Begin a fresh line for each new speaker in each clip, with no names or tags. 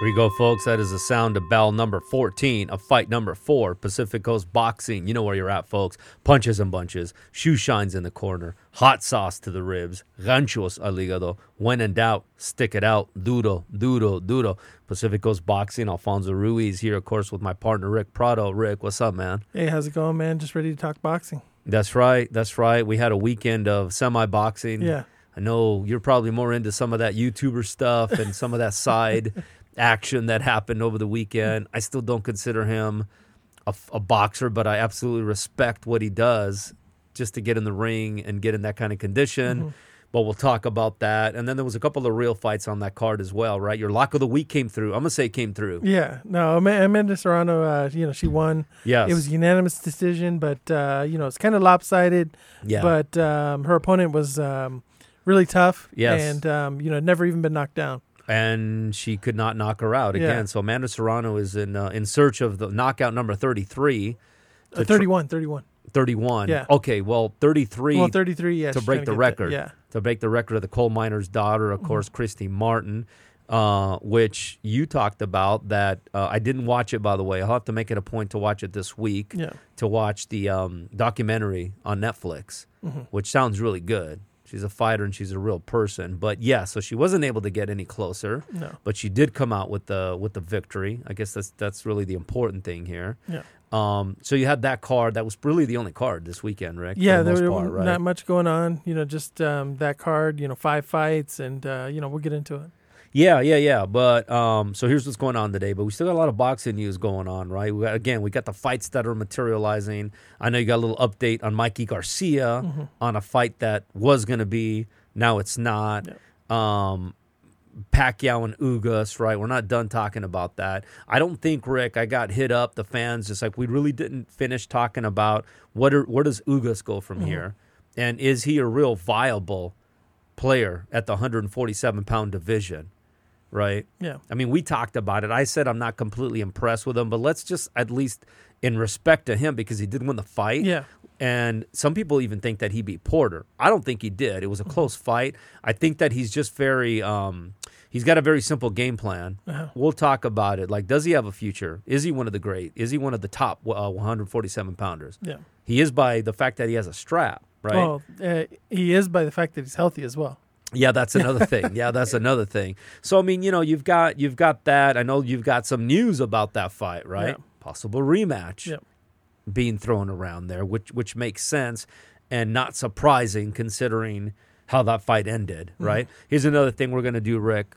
Here we go, folks. That is the sound of bell number 14 of fight number four, Pacific Coast Boxing. You know where you're at, folks. Punches and bunches, shoe shines in the corner, hot sauce to the ribs, ranchos al hígado. When in doubt, stick it out. Duro, duro, duro. Pacific Coast Boxing, Alfonso Ruiz here, of course, with my partner, Rick Prado. Rick, what's up, man?
Hey, how's it going, man? Just ready to talk boxing.
That's right. That's right. We had a weekend of semi boxing.
Yeah.
I know you're probably more into some of that YouTuber stuff and some of that side action that happened over the weekend. I still don't consider him a, f- a boxer, but I absolutely respect what he does just to get in the ring and get in that kind of condition.
Mm-hmm.
But we'll talk about that. And then there was a couple of real fights on that card as well, right? Your lock of the week came through. I'm gonna say it came through.
Mm-hmm. Yeah. No, Ama- Amanda Serrano, uh, you know, she won.
Yes.
It was a unanimous decision, but, uh, you know, it's kind of lopsided.
Yeah.
But um, her opponent was um, really tough.
Yes.
And, um, you know, never even been knocked down.
and she could not knock her out
Yeah.
again. So Amanda Serrano is in uh, in search of the knockout number 33,
Uh, 31, 31.
31.
Yeah.
Okay, well 33
Well, 33, yeah.
to
she's
break
trying
the
get
record.
yeah.
To break the record of the coal miner's daughter,
Mm-hmm.
of course, Christy Martin, uh, which you talked about that uh, I didn't watch it, by the way. I'll have to make it a point to watch it this week
Yeah.
to watch the um, documentary on Netflix,
Mm-hmm.
which sounds really good. She's a fighter and she's a real person. But yeah, so she wasn't able to get any closer.
No.
But she did come out with the with the victory. I guess that's that's really the important thing here.
Yeah.
Um, so you had that card. That was really the only card this weekend, Rick. for
Yeah,
the
there
most
was
part, right?
not much going on. You know, just um, that card, you know, five fights, and, uh, you know, we'll get into it.
Yeah, yeah, yeah. But um, so here's what's going on today. But we still got a lot of boxing news going on, right? We got, again, we got the fights that are materializing. I know you got a little update on Mikey Garcia on a fight that was going to be, now it's not. Um, Pacquiao and Ugas, right? We're not done talking about that. I don't think Rick. I got hit up. The fans just like we really didn't finish talking about what are where does Ugas go from here, and is he a real viable player at the 147 pound division, right?
Yeah.
I mean, we talked about it. I said I'm not completely impressed with him, but let's just at least in respect to him because he did win the fight.
Yeah.
And some people even think that he beat Porter. I don't think he did. It was
Mm-hmm.
a close fight. I think that he's just very um he's got a very simple game plan.
Uh-huh.
We'll talk about it. Like does he have a future? Is he one of the great? Is he one of the top uh, 147 pounders?
Yeah.
He is by the fact that he has a strap, right?
Well, uh, he is by the fact that he's healthy as well.
Yeah, that's another thing. Yeah, that's another thing. So I mean, you know, you've got you've got that. I know you've got some news about that fight, right?
Yeah.
Possible rematch
Yeah.
being thrown around there, which which makes sense and not surprising considering how that fight ended,
Mm.
right? Here's another thing we're gonna do, Rick.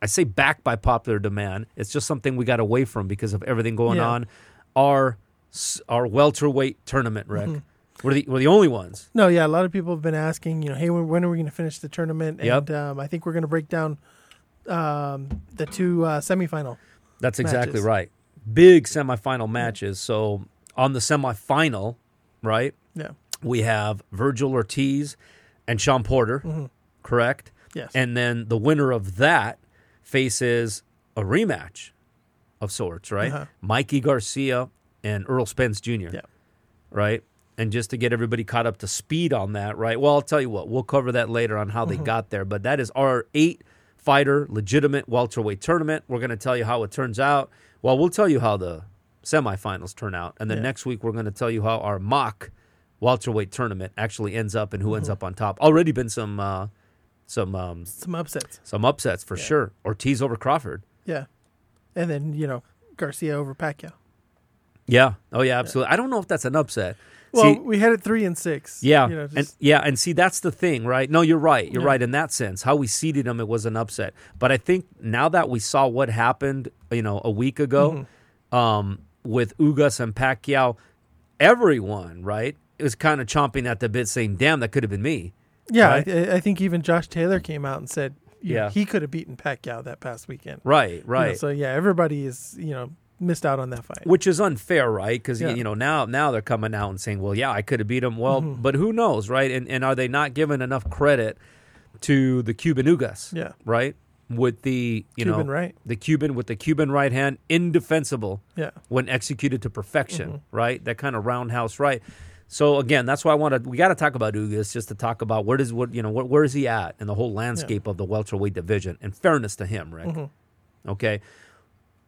I say back by popular demand. It's just something we got away from because of everything going
Yeah.
on. Our s- our welterweight tournament, Rick.
Mm-hmm.
We're the we're the only ones.
No, yeah, a lot of people have been asking, you know, hey, when, when are we going to finish the tournament? And
Yep.
um, I think we're going to break down um, the two uh, semifinal.
That's exactly
matches.
right. Big semifinal matches. So on the semifinal, right,
Yeah,
we have Virgil Ortiz and Sean Porter, correct?
Yes.
And then the winner of that faces a rematch of sorts, right?
Uh-huh.
Mikey Garcia and Earl Spence Jr.
Yeah.
Right? And just to get everybody caught up to speed on that, right? Well, I'll tell you what, we'll cover that later on how
Mm-hmm.
they got there, but that is our eight fighter legitimate welterweight tournament. We're going to tell you how it turns out. Well, we'll tell you how the semifinals turn out. And then
Yeah.
next week, we're going to tell you how our mock welterweight tournament actually ends up and who
Mm-hmm.
ends up on top. Already been some, uh, some, um,
some upsets.
some upsets for sure. Ortiz over Crawford.
Yeah, and then you know Garcia over Pacquiao.
Yeah. Oh yeah, absolutely. I don't know if that's an upset.
Well,
See-
we had it three and six.
Yeah,
you know,
and
just,
yeah, and see that's the thing, right? No, you're right. You're right in that sense. How we seeded them, it was an upset. But I think now that we saw what happened, you know, a week ago,
Mm-hmm.
um, with Ugas and Pacquiao, everyone, right, is kind of chomping at the bit, saying, "Damn, that could have been me."
yeah.
right.
I, I think even Josh Taylor came out and said,
Yeah.
yeah, he could have beaten Pacquiao that past weekend.
Right,
You know,
right.
so yeah, everybody is you know missed out on that fight.
which is unfair, right? Because
Yeah.
you know now now they're coming out and saying, "Well, yeah, I could have beat him." Well,
Mm-hmm.
but who knows, right? And and are they not given enough credit to the Cuban Ugas?
Yeah.
right. with the you
Cuban
know
right.
the Cuban with the Cuban right hand, indefensible
Yeah.
when executed to perfection, right? That kind of roundhouse right. So again, that's why I want to. We got to talk about Ugas just to talk about where does what you know where, where is he at in the whole landscape of the welterweight division. In fairness to him, Rick, okay,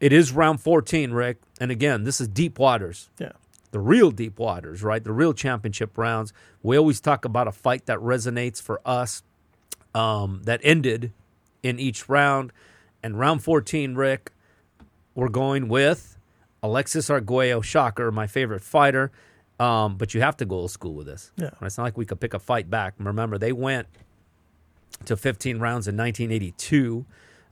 it is round fourteen, Rick, and again, this is deep waters
Yeah.
the real deep waters, right? The real championship rounds. We always talk about a fight that resonates for us um, that ended in each round. And round 14, Rick, we're going with Alexis Arguello, shocker, my favorite fighter. Um, but you have to go old school with this.
Yeah.
It's not like we could pick a fight back. Remember, they went to 15 rounds in 1982.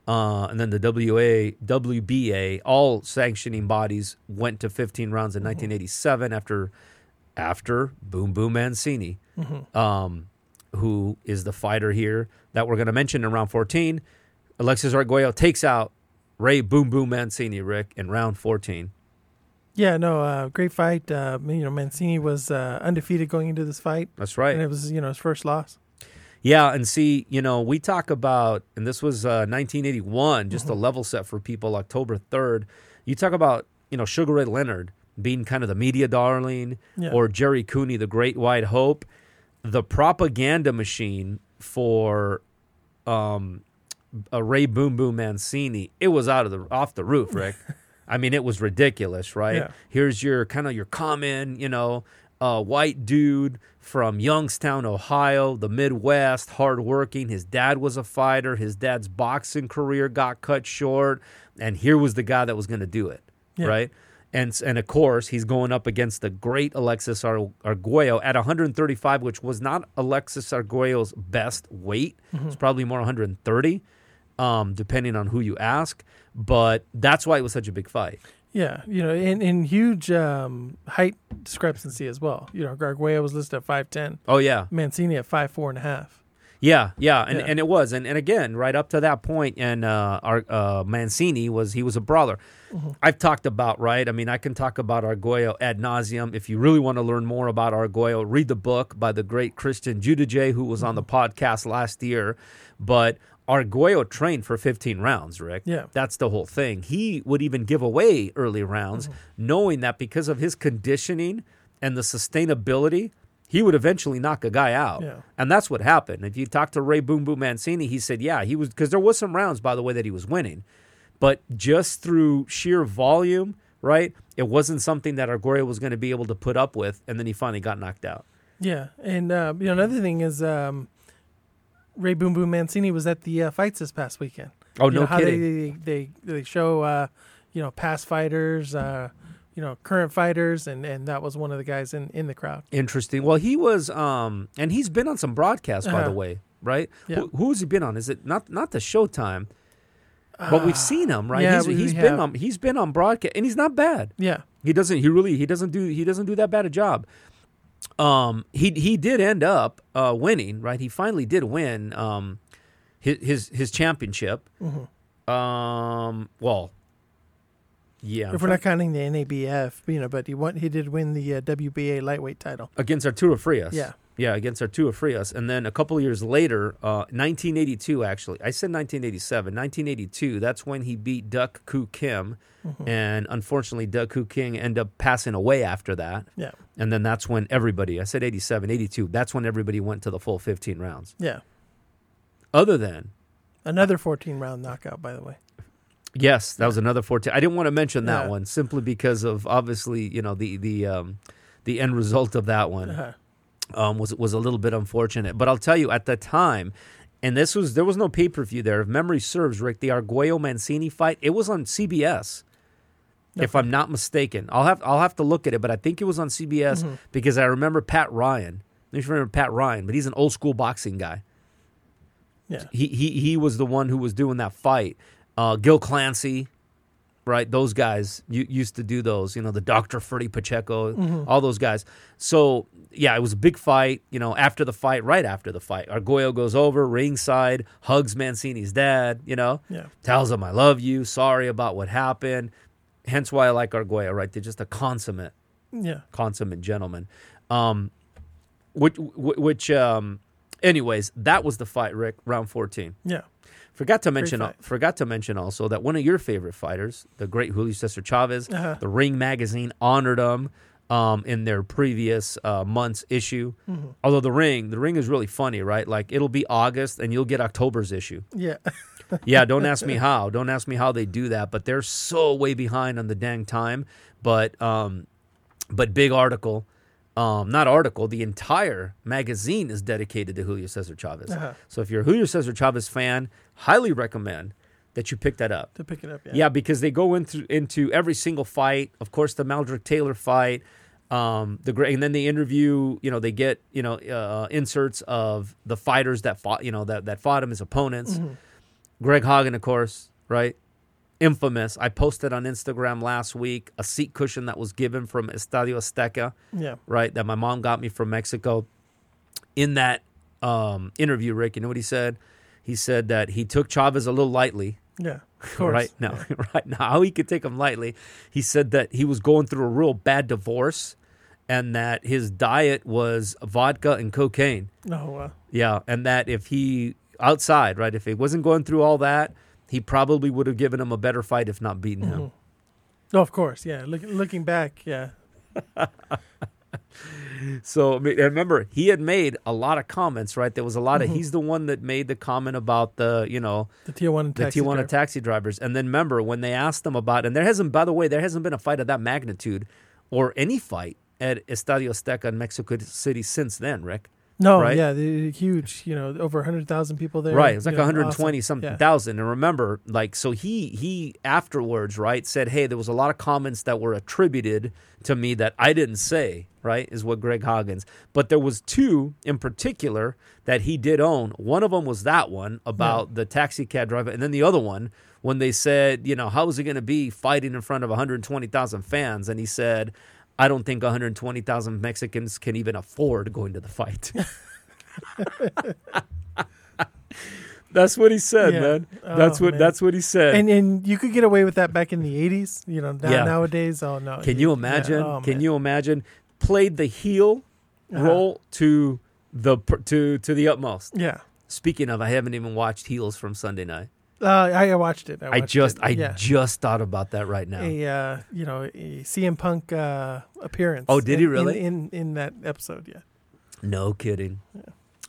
Uh, and then the WA, WBA, all sanctioning bodies went to 15 rounds in 1987 after after Boom Boom Mancini, um, who is the fighter here that we're going to mention in round 14. Alexis Arguello takes out Ray Boom Boom Mancini, Rick, in round 14.
Yeah, no, uh, great fight. Uh, you know, Mancini was uh, undefeated going into this fight,
That's
and
right.
it was you know his first loss.
Yeah, and see, you know, we talk about, and this was uh, 1981, just
Mm-hmm.
a level set for people, October 3rd. You talk about, you know, Sugar Ray Leonard being kind of the media darling
Yeah.
or Jerry Cooney, the great white hope, the propaganda machine for um, a Ray Boom Boom Mancini. It was out of the off the roof, Rick. I mean, it was ridiculous, right?
Yeah.
Here's your kind of your common, you know, uh, white dude from Youngstown, Ohio, the Midwest, hardworking. His dad was a fighter. His dad's boxing career got cut short, and here was the guy that was going to do it,
Yeah.
right? And and of course, he's going up against the great Alexis Ar- Arguello at 135, which was not Alexis Arguello's best weight.
Mm-hmm.
It's probably more 130, um, depending on who you ask. But that's why it was such a big fight.
Yeah, you know, and, and huge um, height discrepancy as well. You know, Garguea was listed at five ten,
Oh yeah,
Mancini at five four and a half.
Yeah, yeah, and,
Yeah.
and it was, and, and again, right up to that point, and uh, our uh, Mancini was he was a brawler.
Mm-hmm.
I've talked about right. I mean, I can talk about Argoyo ad nauseum. If you really want to learn more about Argoyo, read the book by the great Christian Judice, who was on
Mm-hmm.
the podcast last year. But Argoyo trained for 15 rounds, Rick.
Yeah.
That's the whole thing. He would even give away early rounds,
Mm-hmm.
knowing that because of his conditioning and the sustainability, he would eventually knock a guy out.
Yeah.
And that's what happened. If you talk to Ray Boom Boom Mancini, he said, yeah, he was, because there was some rounds, by the way, that he was winning. But just through sheer volume, right? It wasn't something that Argoria was going to be able to put up with. And then he finally got knocked out.
Yeah, and uh, you know another thing is um, Ray Boom Boom Mancini was at the uh, fights this past weekend.
Oh,
you
no
know, how
kidding.
They, they they they show uh, you know past fighters, uh, you know current fighters, and and that was one of the guys in in the crowd.
Interesting. Well, he was, um, and he's been on some broadcasts, by
Uh-huh.
the way, right?
Yeah.
Who, who's he been on? Is it not not the Showtime? But we've seen him, right?
Uh, yeah,
he's
we-
he's
we
been
have.
on he's been on broadcast, and he's not bad.
Yeah,
He doesn't he really he doesn't do he doesn't do that bad a job. Um, he he did end up uh, winning, right? He finally did win um, his his, his championship.
Mm-hmm.
Um, well, yeah, I'm
if we're not counting the NABF, you know, but he won, he did win the uh, WBA lightweight title.
against Arturo Frias.
Yeah.
Yeah, against Arturo Frias. And then a couple of years later, uh, 1982, actually. I said 1987. 1982, that's when he beat Duck Koo Kim.
Mm-hmm.
And unfortunately, Duck Koo King ended up passing away after that.
Yeah,
And then that's when everybody, I said 87, 82, that's when everybody went to the full 15 rounds.
yeah.
Other than,
Another 14 round knockout, by the way.
yes, that was another 14. I didn't want to mention that
Yeah.
one simply because of obviously, you know, the, the, um, the end result of that one.
Uh-huh.
um, was was a little bit unfortunate. But I'll tell you, at the time, and this was there was no pay per view there. If memory serves, Rick, the Arguello Mancini fight, it was on CBS. If I'm not mistaken, I'll have I'll have to look at it, but I think it was on CBS because I remember Pat Ryan. I don't remember Pat Ryan, but he's an old school boxing guy.
Yeah.
He he he was the one who was doing that fight. Uh, Gil Clancy, right? Those guys u- used to do those, you know, the Dr. Freddie Pacheco, all those guys. So, yeah, it was a big fight, you know, after the fight, right after the fight. Argoyo goes over ringside, hugs Mancini's dad, you know,
Yeah.
tells him, I love you, sorry about what happened. Hence why I like Argoyo, right? They're just a consummate
Yeah.
consummate gentleman. Um, which wh- which um, Anyways, that was the fight, Rick. Round fourteen.
Yeah.
Forgot to mention.
fight.
Forgot to mention also that one of your favorite fighters, the great Julio Cesar Chavez,
Uh-huh.
the Ring magazine honored him um, in their previous uh, month's issue.
Mm-hmm.
Although the Ring, the Ring is really funny, right? Like it'll be August and you'll get October's issue.
Yeah.
Yeah, don't ask me how. Don't ask me how they do that, but they're so way behind on the dang time. But um but big article. Um, not article. The entire magazine is dedicated to Julio Cesar Chavez.
Uh-huh.
So if you're a Julio Cesar Chavez fan, highly recommend that you pick that up.
to pick it up. Yeah.
Yeah, because they go into into every single fight. Of course, the Maldrick Taylor fight. Um, the great, and then they interview. You know, they get you know uh, inserts of the fighters that fought. You know that that fought him, his opponents.
Mm-hmm.
Greg Hagen, of course, right? Infamous. I posted on Instagram last week a seat cushion that was given from Estadio Azteca
Yeah.
right? That my mom got me from Mexico. In that um, interview, Rick, you know what he said? He said that he took Chavez a little lightly,
Yeah. Of course.
right? Now, right now, how he could take him lightly? He said that he was going through a real bad divorce, and that his diet was vodka and cocaine.
No. Uh,
Yeah, and that if he outside, right, if he wasn't going through all that, he probably would have given him a better fight, if not beaten him.
no. Mm-hmm. Oh, Of course. Yeah. Look, looking back. Yeah.
So I mean, and remember, he had made a lot of comments, right? There was a lot
Mm-hmm.
of he's the one that made the comment about the you know
The Tijuana.
the
taxi
Tijuana
driver.
taxi drivers, and then remember when they asked him about and there hasn't by the way there hasn't been a fight of that magnitude or any fight at Estadio Azteca in Mexico City since then, Rick.
No.
right?
Yeah. The, huge. You know, over hundred thousand people there.
Right, it was like
you know,
120
awesome.
something
Yeah.
thousand. And remember, like, so he he afterwards, right, said, "Hey, there was a lot of comments that were attributed to me that I didn't say." Right, is what Greg Hoggins. But there was two in particular that he did own. One of them was that one about the taxi cab driver, and then the other one when they said, you know, how is it going to be fighting in front of 120,000 fans? And he said. I don't think 120,000 Mexicans can even afford going to the fight. That's what he said,
Yeah.
man.
Oh,
That's what
man.
that's what he said.
And and you could get away with that back in the eighties. You know. Now,
Yeah.
Nowadays. Oh no.
Can you imagine?
oh,
Can
man.
you imagine? Played the heel
Uh-huh.
role to the per- to to the utmost.
Yeah.
Speaking of, I haven't even watched heels from Sunday night.
Uh, I, I watched it. I,
I
watched
just
It.
I
yeah.
just thought about that right now.
a uh, you know a CM Punk uh, appearance.
Oh, did he
in-
really?
in, in in that episode? Yeah.
No kidding.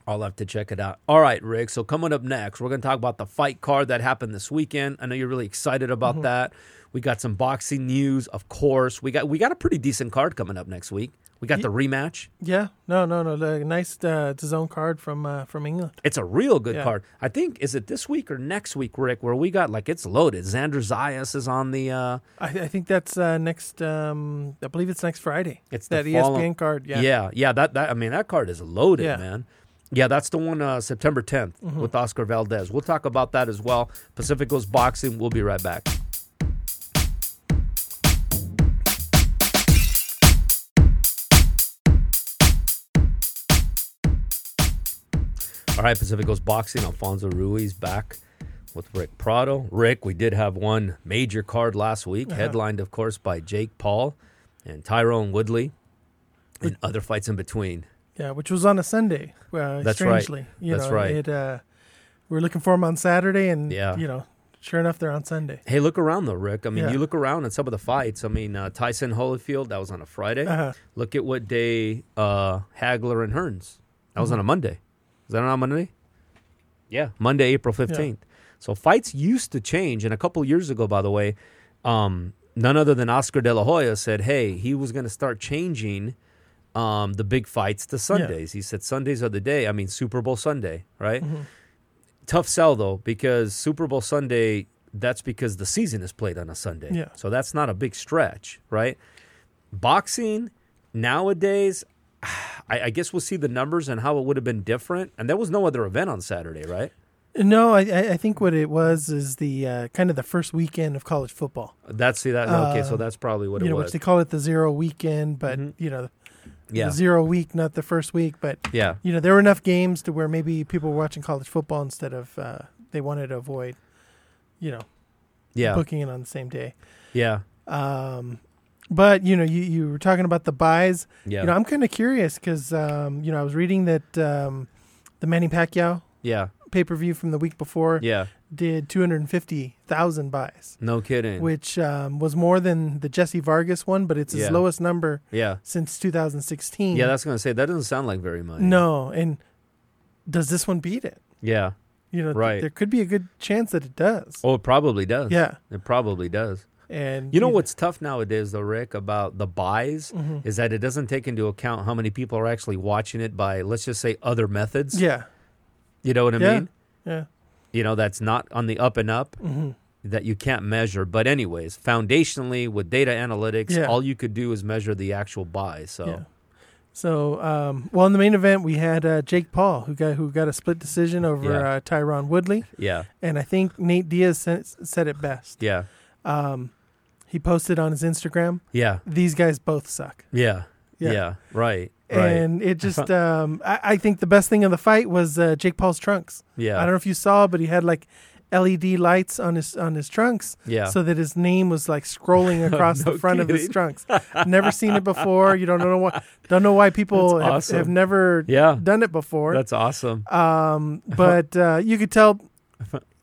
I'll have to check it out. All right, Rick. So coming up next, we're going to talk about the fight card that happened this weekend. I know you're really excited about
Mm-hmm.
that. We got some boxing news, of course. We got we got a pretty decent card coming up next week. We got the rematch.
Yeah. No. No. No. The nice uh, DAZN card from uh, from England.
It's a real good
Yeah.
card. I think is it this week or next week, Rick, where we got like it's loaded. Xander Zayas is on the uh
I, I think that's uh, next. Um, I believe it's next Friday.
It's the
that E
follow-
ESPN card.
yeah.
Yeah.
yeah, that that I mean that card is loaded,
Yeah. Mm-hmm.
man. Yeah, that's the one uh September 10th with Oscar Valdez. We'll talk about that as well. Pacifico's boxing, we'll be right back. All right, Pacific Coast Boxing. Alfonso Ruiz back with Rick Prado. Rick, we did have one major card last week,
Uh-huh.
headlined, of course, by Jake Paul and Tyrone Woodley, and other fights in between.
Yeah, Which was on a Sunday. Uh,
That's right.
strangely, You
That's
know,
right.
It. Uh, we were looking for them on Saturday, and
Yeah.
you know, sure enough, they're on Sunday.
Hey, look around though, Rick. I mean,
Yeah.
you look around at some of the fights. I mean, uh, Tyson Holyfield that was on a Friday.
Uh-huh.
Look at what day uh, Hagler and Hearns that was on a Monday. Is that on a Monday? Yeah, Monday, April fifteenth. So fights used to change, and a couple years ago, by the way, um, none other than Oscar De La Hoya said, "Hey, he was going to start changing." Um, the big fights to Sundays. He said Sundays are the day. I mean Super Bowl Sunday, right? tough sell though because Super Bowl Sunday that's because the season is played on a Sunday.
Yeah.
So that's not a big stretch, right? Boxing nowadays I, I guess we'll see the numbers and how it would have been different. And there was no other event on Saturday, right?
No, I, I I think what it was is the uh, kind of the first weekend of college football.
That's see that okay, so
Uh,
that's probably what
you
it
know,
was.
which they call it the zero weekend, but
Mhm.
you know,
yeah.
the zero week, not the first week. But
Yeah.
you know, there were enough games to where maybe people were watching college football instead of uh, they wanted to avoid, you know,
Yeah.
booking it on the same day.
Yeah.
Um, but you know, you you were talking about the buys.
Yeah.
You know, I'm kind of curious because um, you know I was reading that um, the Manny Pacquiao
Yeah.
pay per view from the week before
Yeah.
did 250,000 buys,
No kidding.
which um, was more than the Jesse Vargas one, but it's his
Yeah.
lowest number
yeah.
since 2016.
Yeah, that's gonna say that doesn't sound like very much.
no. And does this one beat it?
Yeah.
You know, th-
Right.
there could be a good chance that it does.
Oh, it probably does.
Yeah,
It probably does.
and
You know what's tough nowadays, though, Rick, about the buys
Mm-hmm.
is that it doesn't take into account how many people are actually watching it by, let's just say, other methods.
Yeah,
You know what I
Yeah.
mean?
yeah, mm-hmm.
You know, that's not on the up and up that you can't measure. But, anyways, foundationally, with data analytics,
Yeah.
all you could do is measure the actual buys. So,
Yeah. So, um, well, in the main event, we had uh, Jake Paul, who got who got a split decision over
Yeah.
uh, Tyron Woodley,
yeah.
and I think Nate Diaz said, said it best.
Yeah.
Um, he posted on his Instagram,
Yeah.
"These guys both suck,"
Yeah.
Yeah.
Yeah. Right. Right.
and it just um, I, I think the best thing of the fight was uh, Jake Paul's trunks.
yeah.
I don't know if you saw, but he had like LED lights on his on his trunks,
yeah.
so that his name was like scrolling across
No
the front of his
kidding.
trunks. Never seen it before. You don't know why. Don't know why people
That's
have,
awesome.
have never
yeah.
done it before.
That's awesome.
um, but uh, you could tell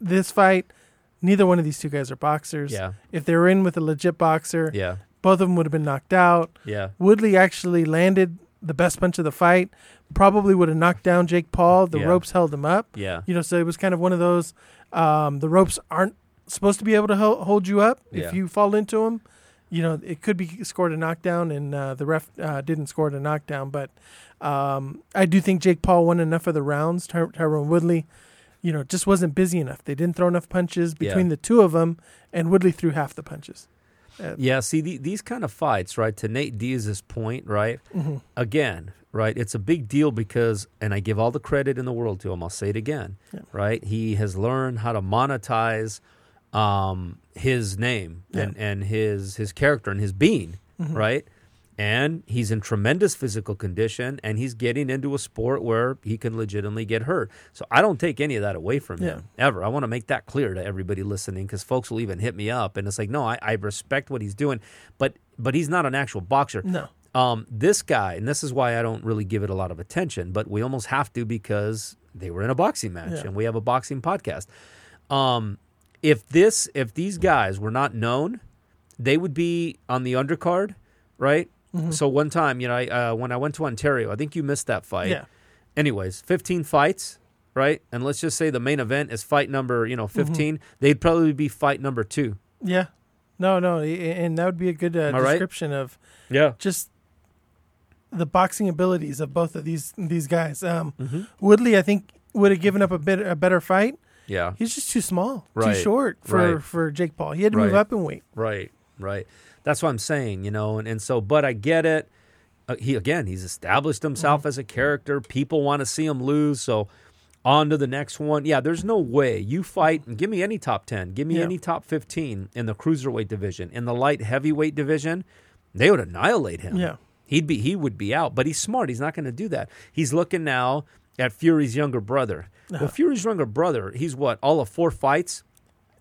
this fight. Neither one of these two guys are boxers.
Yeah.
If they were in with a legit boxer,
Yeah.
both of them would have been knocked out.
Yeah.
Woodley actually landed the best punch of the fight. Probably would have knocked down Jake Paul. The
Yeah.
ropes held him up.
Yeah.
You know, so it was kind of one of those. Um, the ropes aren't supposed to be able to hel- hold you up
Yeah.
if you fall into them. You know, it could be scored a knockdown, and uh, the ref uh, didn't score a knockdown. But um, I do think Jake Paul won enough of the rounds. Ty- Tyrone Woodley, you know, just wasn't busy enough. They didn't throw enough punches
Yeah.
between the two of them, and Woodley threw half the punches.
Yeah, see the, these kind of fights, right? To Nate Diaz's point, right? Again, right? It's a big deal because, and I give all the credit in the world to him. I'll say it again, right? He has learned how to monetize um, his name and, and his his character and his being, right? And he's in tremendous physical condition, and he's getting into a sport where he can legitimately get hurt. So I don't take any of that away from him ever. I want to make that clear to everybody listening because folks will even hit me up, and it's like, no, I, I respect what he's doing, but but he's not an actual boxer.
No.
Um, this guy, and this is why I don't really give it a lot of attention, but we almost have to because they were in a boxing match
Yeah.
and we have a boxing podcast. Um, if this, if these guys were not known, they would be on the undercard, right?
Mm-hmm.
So one time, you know, I, uh, when I went to Ontario, I think you missed that fight.
Yeah.
Anyways, 15 fights, right? And let's just say the main event is fight number, you know,
Mm-hmm.
15. They'd probably be fight number two.
Yeah. No, no, a- and that would be a good uh,
Am I right?
description of
Yeah.
just the boxing abilities of both of these these guys. Um,
Mm-hmm.
Woodley, I think, would have given up a bit a better fight.
Yeah.
He's just too small,
Right.
too short for
Right.
for Jake Paul. He had to move
Right.
up in weight.
Right, right. That's what I'm saying, you know. And, and so, but I get it. Uh, he again, he's established
Mm-hmm.
himself as a character. People want to see him lose, so on to the next one. Yeah, there's no way you fight. and Give me any top ten. Give me
Yeah.
any top fifteen in the cruiserweight division, in the light heavyweight division. They would annihilate him.
Yeah.
He'd be he would be out, but he's smart. He's not going to do that. He's looking now at Fury's younger brother. Well, Fury's younger brother, he's what all of four fights.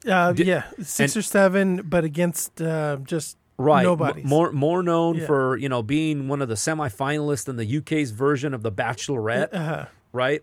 Uh, yeah, six or seven, but against uh, just
Right. M-
nobody.
More more known
Yeah.
for, you know, being one of the semifinalists in the UK's version of the Bachelorette,
uh,
right?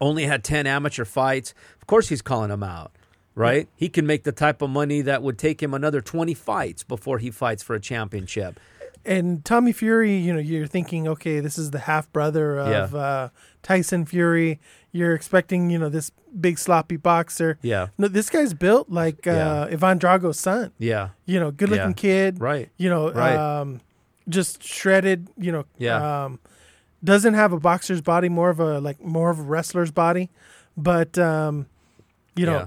Only had 10 amateur fights. Of course he's calling him out, right? He can make the type of money that would take him another 20 fights before he fights for a championship.
and Tommy Fury, you know, you're thinking, okay, this is the half brother of
Yeah.
uh, Tyson Fury. You're expecting, you know, this big sloppy boxer.
Yeah.
No, this guy's built like uh,
Yeah.
Ivan Drago's son.
Yeah.
You know, good looking
Yeah.
kid.
Right.
You know,
Right.
um, just shredded. You know,
Yeah.
Um, doesn't have a boxer's body, more of a like more of a wrestler's body, but um, you know,
Yeah.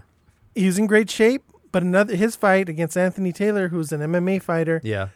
he's in great shape. But another his fight against Anthony Taylor, who's an MMA fighter,
Yeah.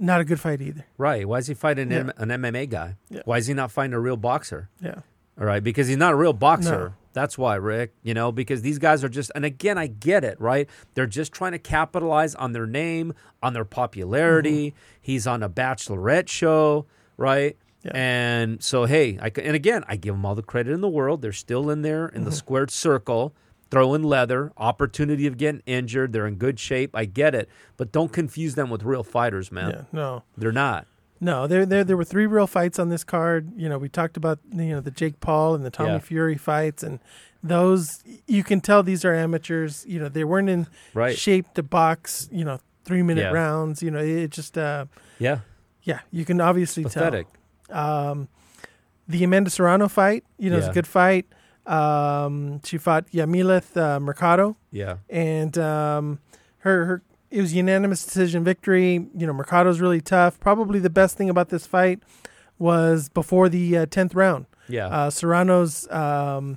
not a good fight either.
Right. Why is he fighting
Yeah.
an, M- an MMA guy?
Yeah.
Why is he not fighting a real boxer?
Yeah.
All right, because he's not a real boxer.
No.
That's why, Rick, you know, because these guys are just, and again, I get it, right? They're just trying to capitalize on their name, on their popularity. He's on a bachelorette show, right?
Mm-hmm. Yeah.
And so, hey, I, c- and again, I give them all the credit in the world. They're still in there
Mm-hmm.
in the squared circle, throwing leather, opportunity of getting injured. They're in good shape. I get it. But don't confuse them with real fighters, man.
Yeah. No.
They're not.
No, there there there were three real fights on this card. You know, we talked about you know the Jake Paul and the Tommy
Yeah.
Fury fights, and those you can tell these are amateurs. You know, they weren't in
Right.
shape to box. You know, three minute
Yeah.
rounds. You know, it, it just uh,
Yeah.
yeah, you can obviously
Pathetic.
tell. Um, the Amanda Serrano fight, you know, it's
Yeah.
a good fight. Um, she fought Yamileth uh, Mercado
Yeah.
and um, her her it was unanimous decision victory. You know, Mercado's really tough. Probably the best thing about this fight was before the uh, tenth round,
Yeah.
uh, Serrano's um,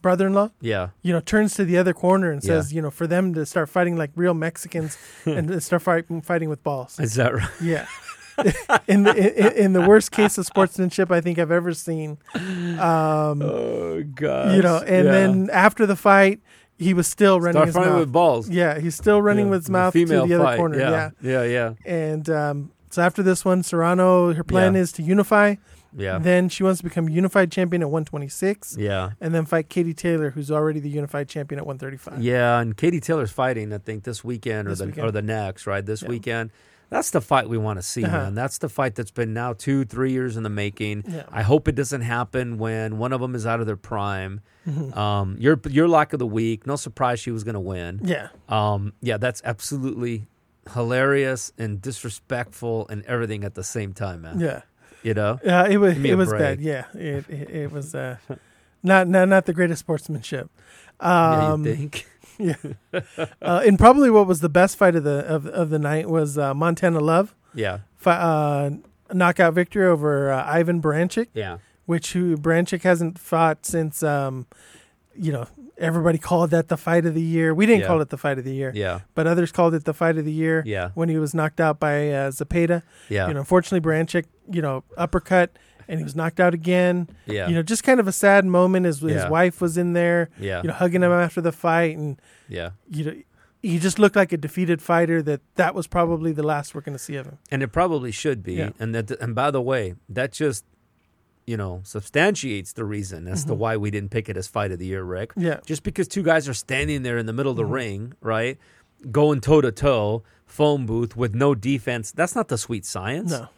brother-in-law.
yeah.
You know, turns to the other corner and
Yeah.
says, you know, for them to start fighting like real Mexicans and to start fighting fighting with balls.
Is that right?
Yeah. in the in, in the worst case of sportsmanship I think I've ever seen. Um,
Oh god.
you know, and then after the fight, he was still running
start
his
fighting
mouth.
with balls.
Yeah, he's still running
Yeah.
with his
The
mouth to the
female
other
fight.
corner. Yeah.
Yeah. Yeah. Yeah.
And um, so after this one, Serrano, her plan
Yeah.
is to unify.
Yeah.
Then she wants to become unified champion at 126
yeah.
and then fight Katie Taylor, who's already the unified champion at 135.
Yeah, and Katie Taylor's fighting, I think, this weekend or
This
the
weekend.
or the next, right? This
Yeah.
weekend. That's the fight we want to see,
Uh-huh.
man. That's the fight that's been now two, three years in the making.
Yeah.
I hope it doesn't happen when one of them is out of their prime.
Mhm.
Um, your your lock of the week. No surprise she was going to win.
Yeah.
Um, yeah, that's absolutely hilarious and disrespectful and everything at the same time, man.
Yeah.
You know,
Uh, it was
Give me
it
a
was
break.
bad. Yeah. It it, it was uh, not not not the greatest sportsmanship.
Yeah,
Um,
you think?
uh, and probably what was the best fight of the of, of the night was uh, Montana Love
Yeah,
fi- uh, knockout victory over uh, Ivan Baranchik.
yeah,
which who Branchik hasn't fought since um you know everybody called that the fight of the year. We didn't
Yeah.
call it the fight of the year,
yeah,
but others called it the fight of the year
yeah,
when he was knocked out by uh, Zapata.
yeah,
You know, unfortunately Branchik, you know, uppercut and he was knocked out again.
yeah,
You know, just kind of a sad moment as his
Yeah.
wife was in there,
yeah,
you know, hugging him after the fight and
yeah.
you know he just looked like a defeated fighter that that was probably the last we're going to see of him.
and it probably should be
Yeah.
and that and by the way that just you know substantiates the reason as to why we didn't pick it as fight of the year rick
Mm-hmm. Yeah. Mm-hmm.
just because two guys are standing there in the middle of the ring right going toe to toe phone booth with no defense that's not the sweet science
No.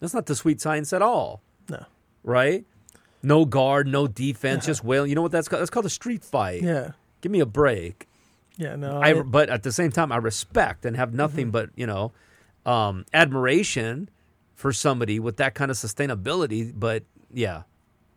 that's not the sweet science at all
No. Uh-huh.
right no guard no defense just wailing you know what that's called that's called a street fight
Yeah.
give me a break
Yeah, no.
I,
it-
but at the same time, I respect and have nothing but you know um, admiration for somebody with that kind of sustainability. But yeah,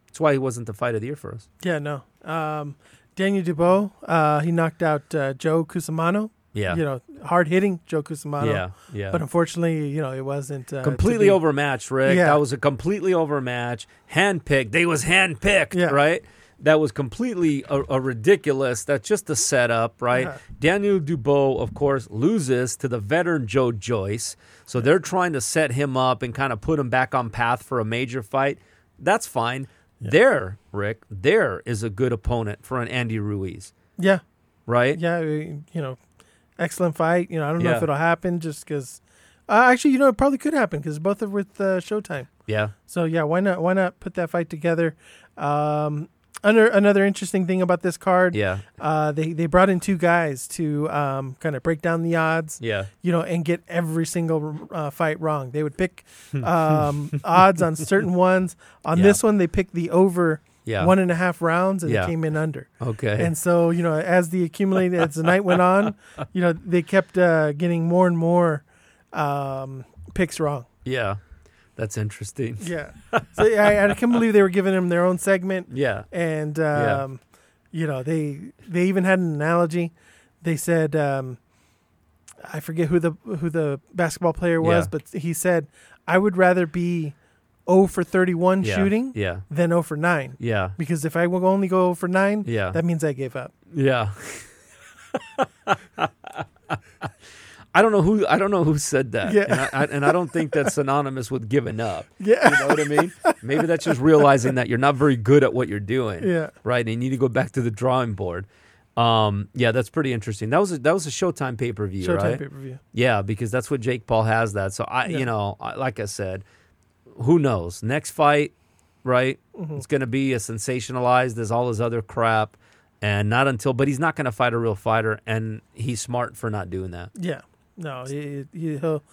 that's why he wasn't the fight of the year for us.
Yeah, no. Um, Daniel Dubois, uh, he knocked out uh, Joe Cusimano.
Yeah,
You know, hard hitting Joe Cusimano.
yeah, yeah.
But unfortunately, you know, it wasn't uh, to
completely
be-
overmatched, Rick.
Yeah.
That was a completely overmatched, handpicked. They was handpicked,
Yeah.
right? That was completely a, a ridiculous. That's just a setup, right?
Yeah.
Daniel Dubois, of course, loses to the veteran Joe Joyce. So they're trying to set him up and kind of put him back on path for a major fight. That's fine. There, Rick, there is a good opponent for an Andy Ruiz,
Yeah,
right?
yeah. uh, You know, excellent fight. You know, I don't know
Yeah.
if it'll happen just because. Uh, actually, you know, it probably could happen because both are with uh, Showtime.
Yeah.
So yeah, why not? Why not put that fight together? Um, under, another interesting thing about this card,
Yeah.
uh, they they brought in two guys to um, kind of break down the odds.
Yeah.
you know, and get every single uh, fight wrong. They would pick um, odds on certain ones. On
Hmm. Yeah.
this one, they picked the over
Yeah.
one and a half rounds, and
Yeah.
it came in under.
Okay.
And so, you know, as the accumulated as the night went on, you know, they kept uh, getting more and more um, picks wrong.
yeah. That's interesting.
Yeah, so I, I can't believe they were giving them their own segment,
Yeah.
and
Yeah.
um, you know, they they even had an analogy. They said. Um, I forget who the who the basketball player was,
Yeah.
but he said, "I would rather be 0 for 31
Yeah.
shooting
Yeah.
than 0 for 9
Yeah.
because if I will only go 0 for 9,
Yeah.
that means I gave up."
Yeah. I don't know who I don't know who said that,
Yeah.
and, I, I, and I don't think that's synonymous with giving up.
Yeah,
You know what I mean? Maybe that's just realizing that you're not very good at what you're doing,
yeah,
right? And you need to go back to the drawing board. Um, yeah, that's pretty interesting. That was a, that was a Showtime pay per view,
Showtime
right?
pay per view.
yeah, because that's what Jake Paul has. That so I,
Yeah.
you know, I, like I said, who knows? Next fight, right?
Mm-hmm.
It's going to be as sensationalized as all his other crap, and not until. But he's not going to fight a real fighter, and he's smart for not doing that.
Yeah, no, he, he, will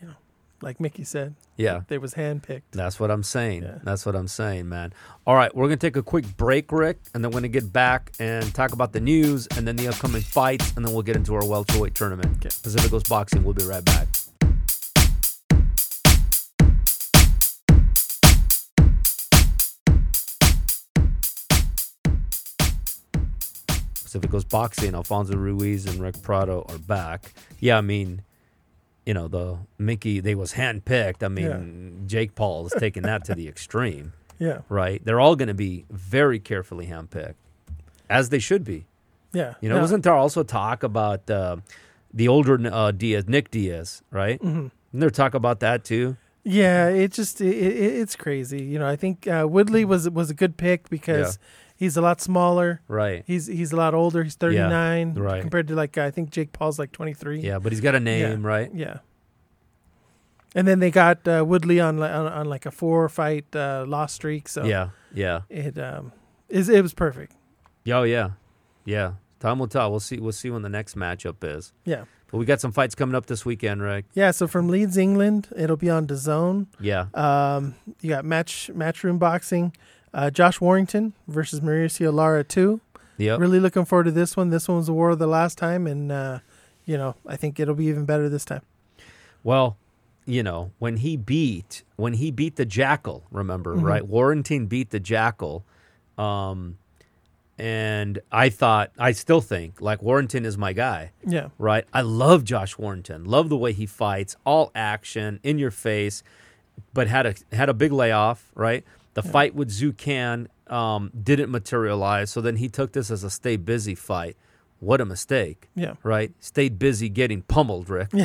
you know like Mickey said.
Yeah.
They was handpicked.
That's what I'm saying.
Yeah.
That's what I'm saying, man. All right, we're gonna take a quick break, Rick, and then we're gonna get back and talk about the news and then the upcoming fights, and then we'll get into our welterweight tournament.
Okay.
Pacific Coast Boxing. We'll be right back. Pacific Coast Boxing. Alfonso Ruiz and Rick Prado are back. Yeah, I mean, you know the Mickey. They was handpicked. I mean, Jake Paul is taking that to the extreme,
Yeah.
right? They're all going to be very carefully handpicked, as they should be.
Yeah.
You know,
No,
wasn't there also talk about uh, the older uh, Diaz, Nick Diaz, right? Mm-hmm. And they're talk about that too.
Yeah, it just it, it, it's crazy. You know, I think uh, Woodley was was a good pick because he's a lot smaller.
Right.
He's he's a lot older. He's 39
right.
compared to like I think Jake Paul's like 23.
Yeah, but he's got a name, right?
Yeah. And then they got uh, Woodley on, li- on on like a four fight uh, loss streak. So
Yeah, yeah.
it um is it was perfect.
Oh, yeah, yeah. Time will tell. We'll see. We'll see when the next matchup is.
Yeah.
But we got some fights coming up this weekend, Rick.
Yeah, so from Leeds, England, it'll be on DAZN.
Yeah.
Um, you got match matchroom boxing, uh, Josh Warrington versus Mauricio Lara two.
Yep.
Really looking forward to this one. This one was a war of the last time, and uh, you know I think it'll be even better this time.
Well, you know, when he beat when he beat the Jackal, remember, right? Warrantine beat the Jackal. Um and I thought I still think like Warrington is my guy,
Yeah,
right? I love Josh Warrington. Love the way he fights, all action, in your face, but had a had a big layoff, right? The fight with Zucan um, didn't materialize, so then he took this as a stay busy fight. What a mistake
yeah,
right? Stayed busy getting pummeled, Rick.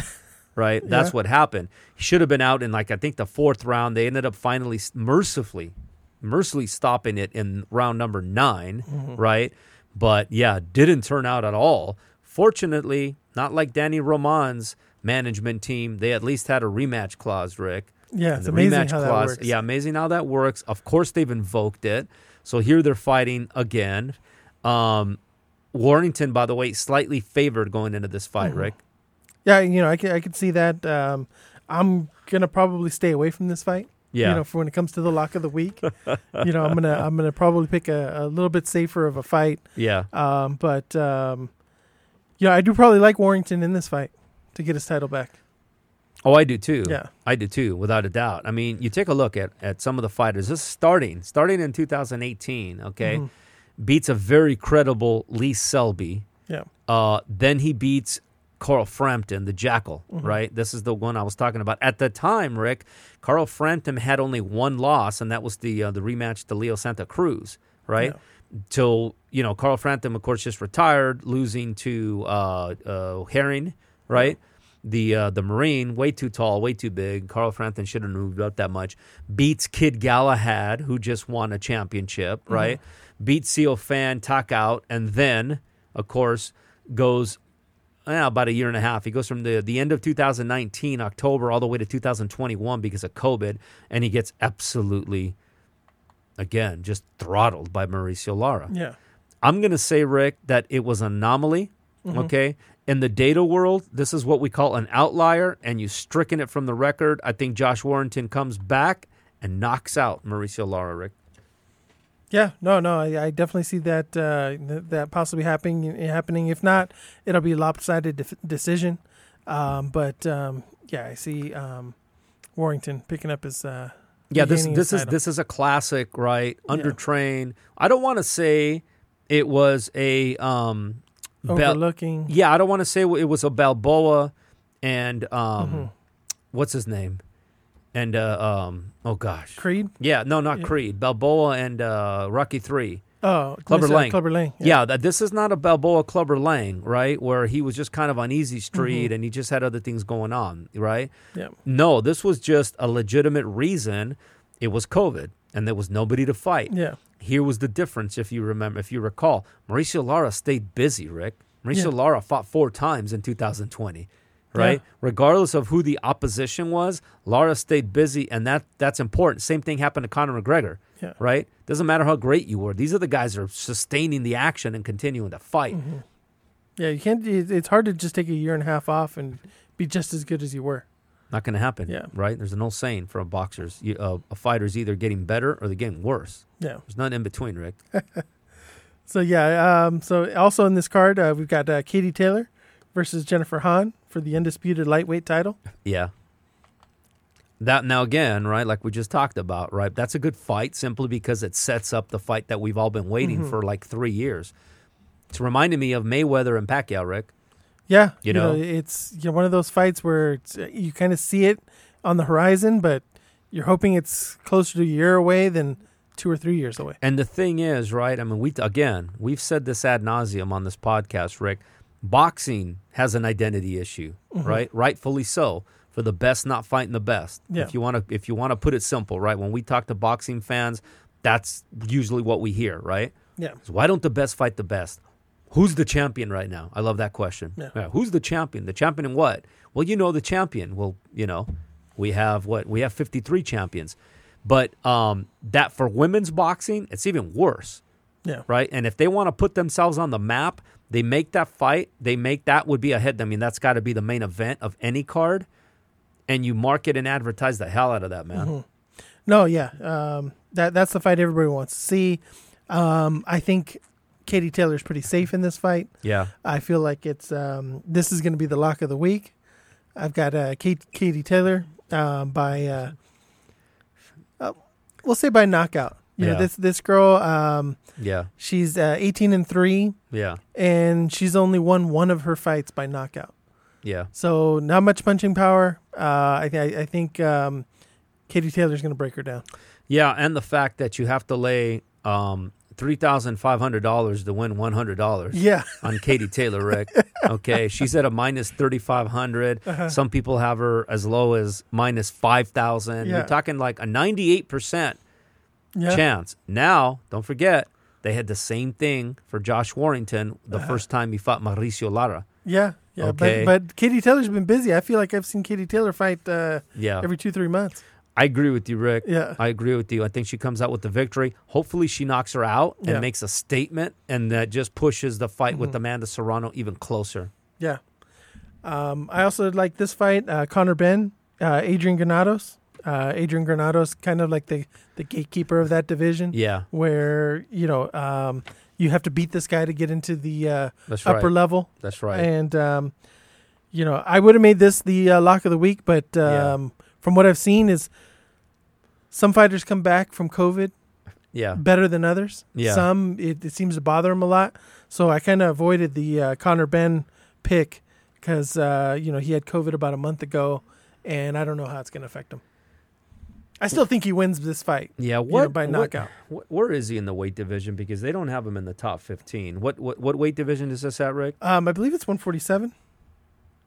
Right? That's what happened. He should have been out in like I think the fourth round. They ended up finally s- mercifully, mercifully stopping it in round number 9 right? But yeah, didn't turn out at all. Fortunately, not like Danny Roman's management team. They at least had a rematch clause, Rick.
yeah.
And
It's
the
amazing
rematch
how
clause.
that works.
Yeah, amazing how that works. Of course, they've invoked it. So here they're fighting again. Um, Warrington, by the way, slightly favored going into this fight, Rick.
yeah. You know I can I could see that. Um, I'm gonna probably stay away from this fight.
Yeah.
You know, for when it comes to the lock of the week, you know, I'm gonna I'm gonna probably pick a, a little bit safer of a fight.
Yeah.
Um, but um, yeah, I do probably like Warrington in this fight to get his title back.
Oh, I do too.
Yeah.
I do too, without a doubt. I mean, you take a look at, at some of the fighters. This is starting, starting in 2018, okay?
Mm-hmm.
Beats a very credible Lee Selby.
Yeah.
Uh, then he beats Carl Frampton, the Jackal, right? This is the one I was talking about. At the time, Rick, Carl Frampton had only one loss, and that was the uh, the rematch to Leo Santa Cruz, right? Till you know, Carl Frampton, of course, just retired, losing to uh, uh, Herring, right? The uh, the Marine, way too tall, way too big. Carl Frampton shouldn't have moved up that much. Beats Kid Galahad, who just won a championship, right? Beats Seal Fan, Tuck out, and then, of course, goes eh, about a year and a half. He goes from the, the end of 2019, October, all the way to 2021 because of COVID, and he gets absolutely, again, just throttled by Mauricio Lara.
Yeah.
I'm going to say, Rick, that it was an anomaly.
Mm-hmm.
Okay. In the data world, this is what we call an outlier, and you stricken it from the record. I think Josh Warrington comes back and knocks out Mauricio Lara, Rick.
Yeah, no, no, I, I definitely see that uh, th- that possibly happening. Happening, if not, it'll be a lopsided def- decision. Um, but um, yeah, I see um, Warrington picking up his. Uh,
Yeah, this
regaining his
this is
title.
this is a classic, right? Undertrained. I don't want to say it was a um Bel-
overlooking.
Yeah, I don't want to say it was a Balboa and um
Mm-hmm.
what's his name? And uh um oh gosh.
Creed.
Yeah, no, not Creed. Balboa and uh Rocky 3.
Oh,
Clubber
Mr.
Lang.
Clubber Lang.
Yeah, that this is not a Balboa Clubber Lang, right? Where he was just kind of on easy street and he just had other things going on, right?
yeah,
No, this was just a legitimate reason. It was COVID, and there was nobody to fight.
yeah,
Here was the difference, if you remember, if you recall, Mauricio Lara stayed busy. Rick Mauricio
Yeah.
Lara fought four times in 2020, right?
Yeah.
Regardless of who the opposition was, Lara stayed busy, and that that's important. Same thing happened to Conor McGregor,
Yeah.
right? Doesn't matter how great you were; these are the guys that are sustaining the action and continuing to fight.
Mm. Mm-hmm. yeah. You can't. It, it's hard to just take a year and a half off and be just as good as you were.
Not going to happen.
Yeah.
Right? There's an old saying for boxers: you, uh, a fighter's either getting better or they're getting worse.
Yeah.
There's nothing in between, Rick.
So yeah. Um, so also in this card, uh, we've got uh, Katie Taylor versus Jennifer Hahn for the undisputed lightweight title.
Yeah. That now again, right? Like we just talked about, right? That's a good fight simply because it sets up the fight that we've all been waiting for like three years. It's reminding me of Mayweather and Pacquiao, Rick.
Yeah.
You know?
it's you know one of those fights where it's, uh, you kind of see it on the horizon, but you're hoping it's closer to a year away than two or three years away.
And the thing is, right? I mean, we again, we've said this ad nauseum on this podcast, Rick. Boxing has an identity issue, right? Rightfully so. For the best not fighting the best.
Yeah.
If you want to, if you want to put it simple, right? When we talk to boxing fans, that's usually what we hear, right?
Yeah.
So why don't the best fight the best? Who's the champion right now? I love that question.
Yeah.
who's the champion? The champion in what? Well, you know the champion. Well, you know, we have what? We have 53 champions. But um, that for women's boxing, it's even worse,
Yeah.
right? And if they want to put themselves on the map, they make that fight. They make that would be a head. I mean, that's got to be the main event of any card. And you market and advertise the hell out of that, man.
Mm-hmm. No, yeah, um, that that's the fight everybody wants to see. Um, I think Katie Taylor's pretty safe in this fight.
Yeah.
I feel like it's um, this is going to be the lock of the week. I've got uh, Kate, Katie Taylor um, by uh, uh, we'll say by knockout. You
Yeah.
know this this girl. Um,
Yeah.
she's uh, eighteen and three,
Yeah.
and she's only won one of her fights by knockout.
Yeah.
So not much punching power. Uh, I, th- I think um, Katie Taylor's going to break her down.
Yeah, and the fact that you have to lay um, three thousand five hundred dollars to win one hundred dollars
Yeah.
on Katie Taylor, Rick. Okay, she's at a minus thirty five hundred.
Uh-huh.
Some people have her as low as minus five thousand.
Yeah.
You're talking like a ninety eight percent
Yeah.
chance. Now, don't forget they had the same thing for Josh Warrington the
Uh-huh.
first time he fought Mauricio Lara.
Yeah, yeah.
Okay.
But but Katie Taylor's been busy. I feel like I've seen Katie Taylor fight uh,
Yeah,
every two three months.
I agree with you, Rick.
Yeah.
I agree with you. I think she comes out with the victory. Hopefully, she knocks her out and
Yeah. Mm-hmm.
makes a statement, and that just pushes the fight with Amanda Serrano even closer.
Yeah. Um, I also like this fight. Uh, Connor Ben, uh, Adrian Granados. Uh, Adrian Granados, kind of like the the gatekeeper of that division.
Yeah,
Where you know um, you have to beat this guy to get into the uh,
that's right.
upper level,
that's right.
and um, you know I would have made this the uh, lock of the week, but
Yeah.
um, from what I've seen is some fighters come back from COVID
yeah,
better than others.
Yeah.
Some it, it seems to bother him a lot. So I kind of avoided the uh, Connor Ben pick because uh, you know he had COVID about a month ago, and I don't know how it's going to affect him. I still think he wins this fight.
yeah.
you
What
know, by
what-
knockout.
wh- where is he in the weight division? Because they don't have him in the top fifteen. What what, what weight division is this at, Rick?
Um, I believe it's 147.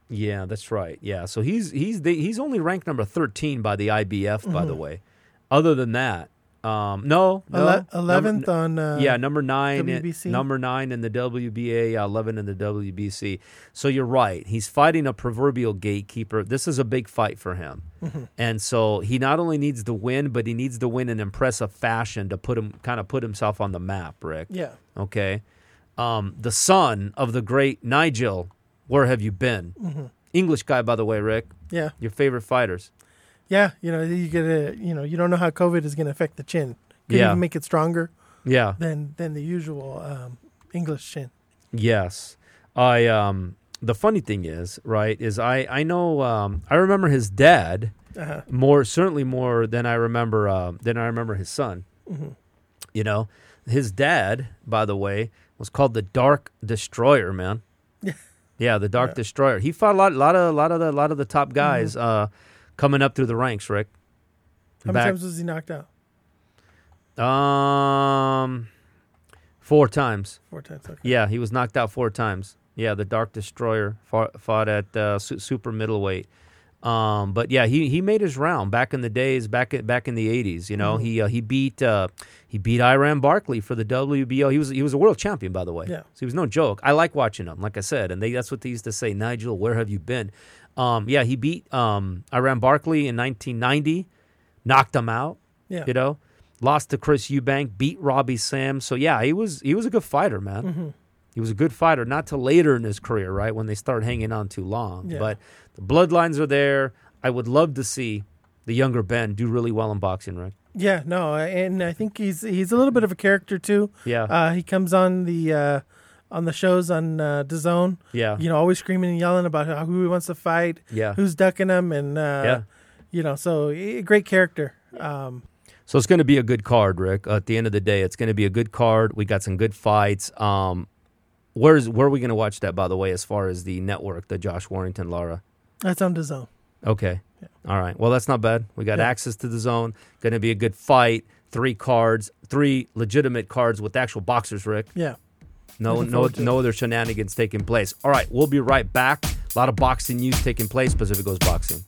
Yeah, that's right. Yeah, so he's he's the, he's only ranked number thirteen by the IBF. By
Mm-hmm.
the way, other than that, um, no, no,
Ele-
number-
11th on uh,
yeah, number nine, in-
WBC.
number nine in the WBA, uh, eleven in the WBC. So you're right. He's fighting a proverbial gatekeeper. This is a big fight for him,
Mm-hmm.
and so he not only needs to win, but he needs to win in impressive fashion to put him kind of put himself on the map, Rick.
yeah.
Okay, um, the son of the great Nigel. Where have you been?
mm-hmm.
English guy, by the way, Rick.
Yeah,
Your favorite fighters.
yeah, you know, you get a, you know, you don't know how COVID is going to affect the chin. Could
Yeah.
even make it stronger
Yeah.
than than the usual um, English chin.
Yes. I um the funny thing is, right, is I I know um I remember his dad
Uh-huh.
more certainly more than I remember um than I remember his son.
mm-hmm.
You know, his dad, by the way, was called the Dark Destroyer, man.
Yeah.
Yeah, the Dark Destroyer. He fought a lot lot of lot of the lot of the top guys uh coming up through the ranks, Rick.
How many
Back-
times was he knocked out?
um four times.
Four times. Okay.
Yeah, he was knocked out four times. Yeah, the Dark Destroyer fought, fought at uh, su- super middleweight. Um, but yeah, he, he made his round back in the days, back at, back in the eighties. You
Mm-hmm.
know, he uh, he beat uh, he beat Iran Barkley for the WBO. He was he was a world champion, by the way.
Yeah.
so he was no joke. I like watching him, like I said, and they that's what they used to say. Nigel, where have you been? Um, yeah, he beat um, Iran Barkley in 1990, knocked him out
Yeah.
you know lost to chris eubank beat robbie sam so yeah he was he was a good fighter man
Mm-hmm.
he was a good fighter not till later in his career right when they start hanging on too long
Yeah.
but the bloodlines are there I would love to see the younger Ben do really well in boxing, right?
Yeah, no, and I think he's he's a little bit of a character too.
Yeah.
Uh, he comes on the uh, on the shows on uh, DAZN.
Yeah.
You know, always screaming and yelling about how- who he wants to fight,
Yeah.
who's ducking him, and uh,
Yeah.
you know, so eh, great character. Um,
So it's going to be a good card, Rick. At the end of the day, it's going to be a good card. We got some good fights. Um, where is where are we going to watch that? By the way, as far as the network, the Josh Warrington, Lara.
that's on DAZN.
Okay. All right. Well, that's not bad. We got
Yeah.
access to the zone. Going to be a good fight. Three cards, three legitimate cards with actual boxers, Rick.
Yeah.
No,
Looking
no,
forward to it.
no other shenanigans taking place. All right, we'll be right back. A lot of boxing news taking place. Pacific Coast Boxing.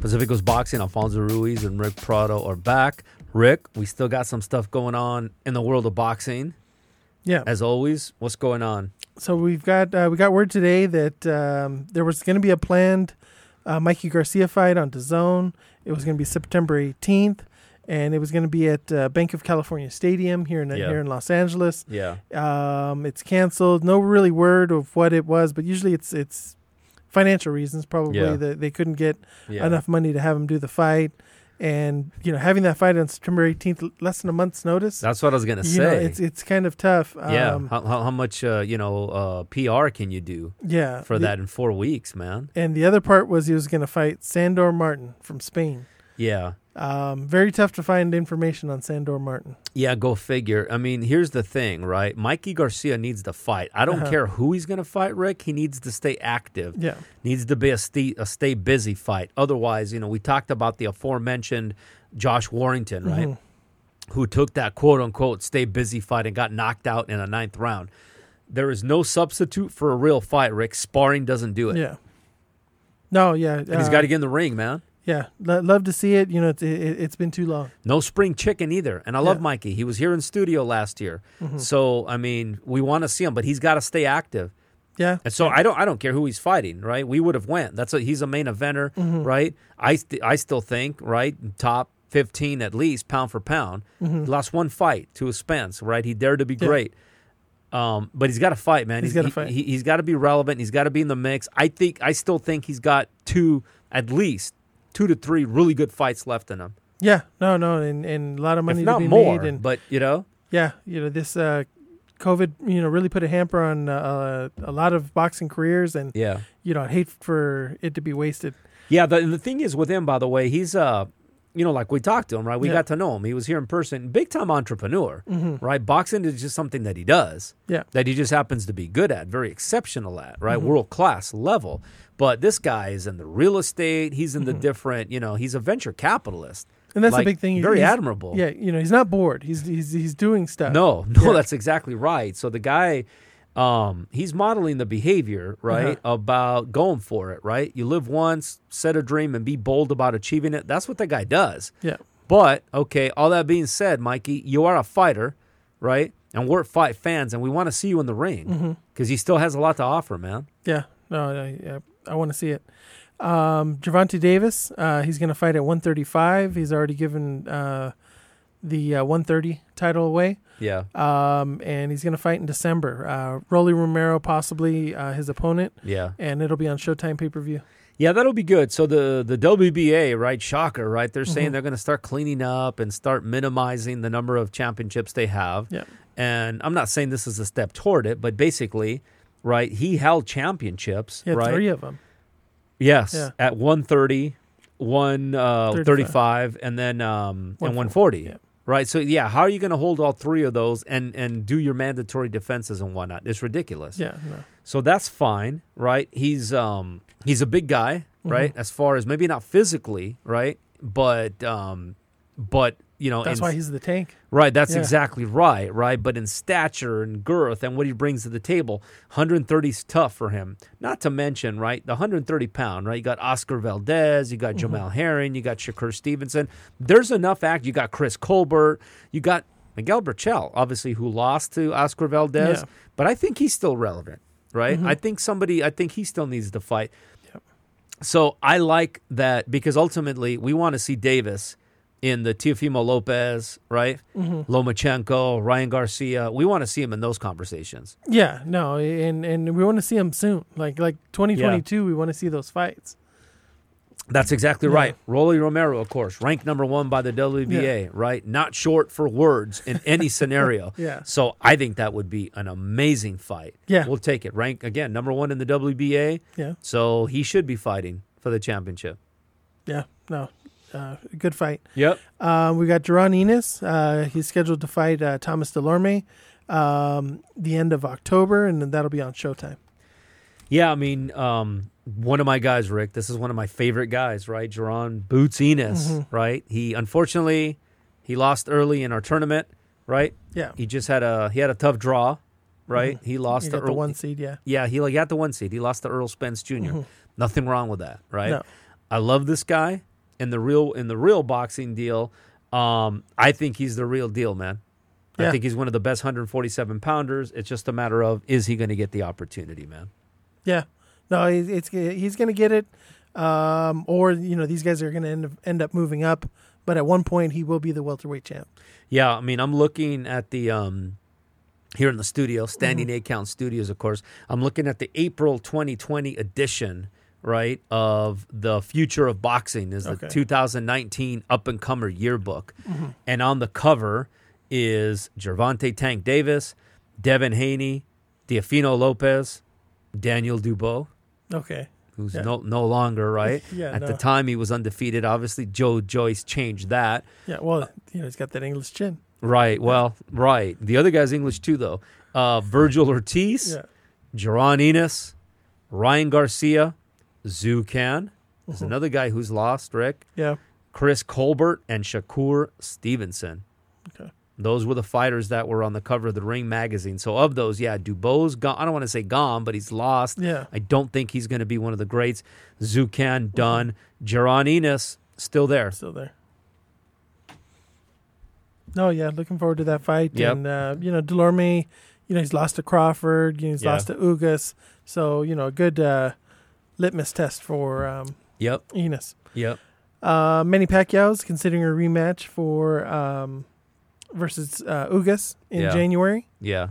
Pacific Coast Boxing, Alfonso Ruiz and Rick Prado are back. Rick, we still got some stuff going on in the world of boxing.
Yeah.
As always, what's going on?
So we've got uh, we got word today that um, there was going to be a planned uh, Mikey Garcia fight on DAZN. It was going to be September 18th, and it was going to be at uh, Bank of California Stadium here in
Yeah.
here in Los Angeles.
Yeah.
Um, it's canceled. No really word of what it was, but usually it's it's financial reasons probably
Yeah.
that they couldn't get
Yeah.
enough money to have him do the fight, and you know having that fight on September 18th, less than a month's notice.
That's what I was going to
you
say.
know, it's it's kind of tough.
Yeah,
Um,
how, how, how much uh, you know uh, PR can you do
yeah.
for
Uh, The-
that in four weeks, man?
And the other part was he was going to fight Sandor Martin from Spain.
Yeah,
Um, very tough to find information on Sandor Martin.
yeah, go figure. I mean, here's the thing, right? Mikey Garcia needs to fight. I don't
Uh-huh.
care who he's going to fight, Rick. He needs to stay active.
Yeah.
needs to be a, st- a stay busy fight. Otherwise, you know, we talked about the aforementioned Josh Warrington, right?
Mm-hmm.
Who took that quote unquote stay busy fight and got knocked out in a ninth round. There is no substitute for a real fight, Rick. Sparring doesn't do it.
Yeah. No, yeah.
And he's
uh,
got to get in the ring, man.
Yeah. Lo- love to see it. You know, it's, it, it's been too long.
No spring chicken either. And I love
Yeah. Mm-hmm.
Mikey. He was here in studio last year. So, I mean, we want to see him, but he's got to stay active.
Yeah.
And so I don't I don't care who he's fighting, right? We would have went. That's a, he's a main eventer,
Mm-hmm.
right? I st- I still think, right? Top 15 at least pound for pound. He lost one fight to his Spence, right? He dared to be
Mm-hmm. Yeah.
great. Um, but he's got to fight, man.
He's
he,
gotta fight.
He, he's got to be relevant. He's got to be in the mix. I think I still think he's got two at least two to three really good fights left in him.
Yeah. No, no. And, and a lot of money
if
to
not
be
more,
made. And
but you know,
yeah, you know, this uh, COVID, you know, really put a hamper on uh, a lot of boxing careers. And,
yeah,
you know, I'd hate for it to be wasted.
yeah. The the thing is with him, by the way, he's uh, you know, like we talked to him, right? We
Yeah.
got to know him. He was here in person, big time entrepreneur, right? Boxing is just something that he does,
Yeah. Mm-hmm.
that he just happens to be good at, very exceptional at, right? World class level. But this guy is in the real estate. He's in the different, you know, he's a venture capitalist,
And Mm-hmm. that's
Like,
the big thing.
Very
He's-
admirable.
Yeah. You know, he's not bored. He's, he's, he's doing stuff.
No, no,
Yeah.
that's exactly right. So the guy, um, he's modeling the behavior,
Uh-huh.
right? About going for it, right? You live once, set a dream, and be bold about achieving it. That's what that guy does.
Yeah.
But okay, all that being said, Mikey, you are a fighter, right? And we're fight fans, and we want to see you in the
Mm-hmm.
ring because he still has a lot to offer, man.
Yeah, no, I, I, I want to see it. Um, Javante Davis, uh, he's going to fight at 135. He's already given uh, the uh, 130 title away,
Yeah,
um, and he's going to fight in December. Uh, Rolly Romero, possibly uh, his opponent,
yeah.
and it'll be on Showtime pay per view.
Yeah, that'll be good. So the the WBA, right? Shocker, right? They're
Mm-hmm.
saying they're going to start cleaning up and start minimizing the number of championships they have.
Yeah.
And I'm not saying this is a step toward it, but basically, right? He held championships,
Yeah,
right?
three of them.
Yes,
Yeah.
at 130, 1 uh,
35.
35 and then um and
140,
140. Right? So yeah, how are you going to hold all three of those and and do your mandatory defenses and whatnot? It's ridiculous.
Yeah, no.
So that's fine, right? He's um he's a big guy,
Mm-hmm.
right? As far as maybe not physically, right? But um but you know,
that's
in-
why he's the tank.
right, that's
yeah.
exactly right, right? But in stature and girth and what he brings to the table, 130 is tough for him. Not to mention, right, the 130 pound, right? You got Oscar Valdez, you got Jamal Herring, you got Shakur Stevenson. There's enough act. You got Chris Colbert, you got Miguel Burchell, obviously, who lost to Oscar Valdez,
Yeah.
but I think he's still relevant, right? I think somebody, I think he still needs to fight. So I like that because ultimately we want to see Davis in the Teofimo Lopez, right? Lomachenko, Ryan Garcia. We want to see him in those conversations.
Yeah, no, and and we want to see them soon. Like like 2022, we want to see those fights.
That's exactly
Yeah.
right. Rolly Romero, of course, ranked number one by the WBA, right? Not short for words in any scenario.
Yeah.
So I think that would be an amazing fight.
Yeah.
We'll take it. Rank again, number one in the WBA.
Yeah,
So he should be fighting for the championship.
yeah, no, uh, good fight.
Yep.
Uh, we got Jerron Enos. Uh, he's scheduled to fight uh, Thomas Delorme um, the end of October, and then that'll be on Showtime.
Yeah, I mean, um, one of my guys, Rick. This is one of my favorite guys, right? Jerron Boots Enos,
Mm-hmm.
right? He unfortunately he lost early in our tournament, right?
Yeah,
He just had a he had a tough draw, right? He lost
you
to
got Mm-hmm. the
Earl-
one seed. Yeah, Mm-hmm.
Yeah, he like got the one seed. He lost to Earl Spence junior Nothing wrong with that, right?
No.
I love this guy in the real in the real boxing deal. Um, I think he's the real deal, man. I
Yeah.
think he's one of the best 147 pounders. It's just a matter of is he going to get the opportunity, man?
yeah. No, he- it's he's gonna get it, um, or you know these guys are gonna end up, end up moving up. But at one point, he will be the welterweight champ.
Yeah, I mean, I'm looking at the um here in the studio,
Mm-hmm.
standing eight count studios, of course. I'm looking at the April 2020 edition, right, of the future of boxing is the
Okay. Mm-hmm.
2019 up and comer yearbook, and on the cover is Gervonta Tank Davis, Devin Haney, Diafino Lopez, Daniel Dubois
Okay.
who's
Yeah.
no no longer right.
Yeah,
At the
no.
time, he was undefeated. Obviously, Joe Joyce changed that.
Yeah. Well, you know he's got that English chin.
Right. Well, right. The other guy's English too, though. Uh, Virgil Ortiz,
Yeah.
Jerron Enos, Ryan Garcia, Zucan. There's
Uh-huh.
another guy who's lost, Rick.
Yeah.
Chris Colbert and Shakur Stevenson.
Okay.
Those were the fighters that were on the cover of the Ring magazine. So of those, yeah, Dubois gone. I don't want to say gone, but he's lost.
Yeah.
I don't think he's going to be one of the greats.
Uh-huh.
Zucan, Dunn, Jerron Enos, still there.
still there. No, yeah, looking forward to that fight.
Yep.
And uh, you know, Delorme, you know, he's lost to Crawford, you know, he's
Yeah.
lost to Ugas. So, you know, a good uh, litmus test for um
Yep.
Enos.
Yep.
Uh Manny Pacquiao's considering a rematch for um versus uh Ugas in
Yeah.
January.
Yeah.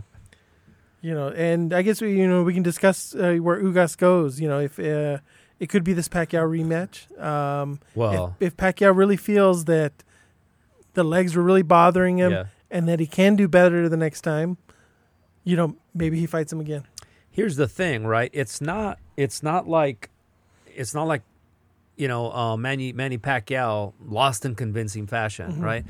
You know, and I guess we you know we can discuss uh, where Ugas goes, you know, if uh, it could be this Pacquiao rematch. Um
Well.
if, if Pacquiao really feels that the legs were really bothering him
Yeah.
and that he can do better the next time, you know, maybe he fights him again.
here's the thing, right? It's not it's not like it's not like you know uh, Manny Manny Pacquiao lost in convincing fashion, right?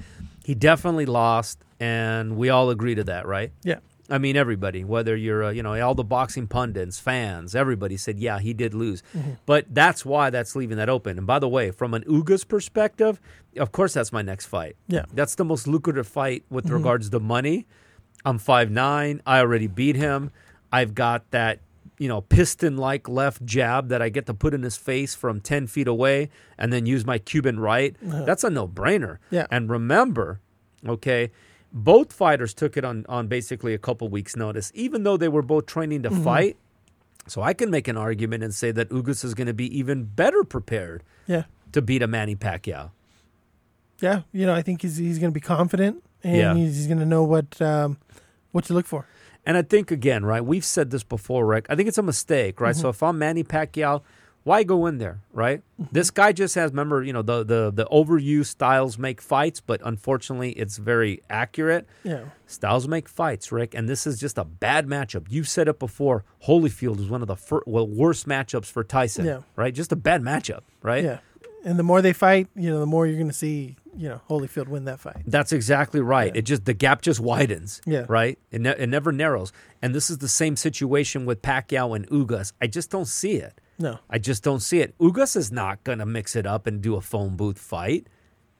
He definitely lost, and we all agree to that, right?
Yeah.
I mean, everybody, whether you're, uh, you know, all the boxing pundits, fans, everybody said, yeah, he did lose. But that's why that's leaving that open. And by the way, from an Ugas perspective, of course, that's my next fight.
Yeah.
That's the most lucrative fight with regards to money. I'm 5'9. I already beat him. I've got that, you know, piston like left jab that I get to put in his face from 10 feet away and then use my Cuban right. That's a no brainer.
Yeah.
And remember, okay, both fighters took it on, on basically a couple weeks' notice, even though they were both training to fight. So I can make an argument and say that Ugas is going to be even better prepared
Yeah.
to beat a Manny Pacquiao.
Yeah. You know, I think he's he's going to be confident and
Yeah.
he's, he's going to know what um, what to look for.
And I think again, right? We've said this before, Rick. I think it's a mistake, right? So if I'm Manny Pacquiao, why go in there, right? This guy just has. Remember, you know, the the the overused styles make fights, but unfortunately, it's very accurate.
Yeah.
Styles make fights, Rick, and this is just a bad matchup. You've said it before. Holyfield is one of the fir- well, worst matchups for Tyson,
Yeah.
right? Just a bad matchup, right?
Yeah. And the more they fight, you know, the more you're going to see, you know, Holyfield win that fight.
That's exactly right. It just the gap just widens.
Yeah.
Right. It, ne- it never narrows. And this is the same situation with Pacquiao and Ugas. I just don't see it.
No.
I just don't see it. Ugas is not going to mix it up and do a phone booth fight.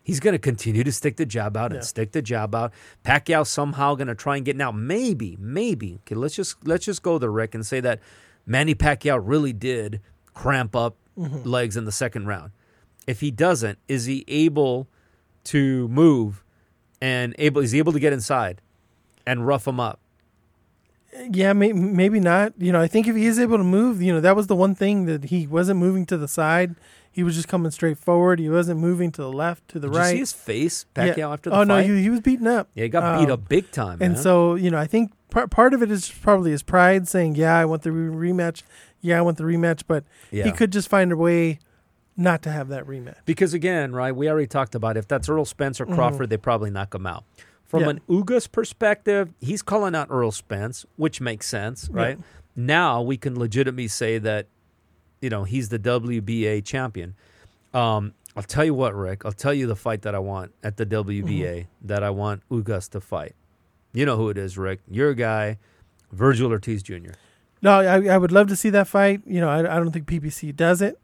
He's going to continue to stick the jab out and stick the jab out. Pacquiao somehow going to try and get now. Maybe, maybe. Okay, let's just let's just go there, Rick, and say that Manny Pacquiao really did cramp up
Mm-hmm.
legs in the second round. If he doesn't, is he able to move and able? Is he able to get inside and rough him up?
Yeah, may, maybe not. You know, I think if he is able to move, you know, that was the one thing that he wasn't moving to the side. He was just coming straight forward. He wasn't moving to the left, to the
Did you
right.
see his face, Pacquiao,
yeah.
after the
oh
fight?
no, he, he was beaten up.
yeah, he got beat
um,
up big time.
And
man.
so, you know, I think part, part of it is probably his pride saying, yeah, I want the re- rematch. Yeah, I want the rematch. But
yeah.
he could just find a way not to have that rematch.
Because again, right, we already talked about if that's Earl Spence or Crawford, they probably knock him out. From
Mm-hmm. Yeah.
an Ugas perspective, he's calling out Earl Spence, which makes sense,
Yeah.
right? Now we can legitimately say that, you know, he's the WBA champion. Um, I'll tell you what, Rick. I'll tell you the fight that I want at the WBA
Mm-hmm.
that I want Ugas to fight. You know who it is, Rick. Your guy, Virgil Ortiz Jr.
No, I, I would love to see that fight. You know, I, I don't think PPC does it.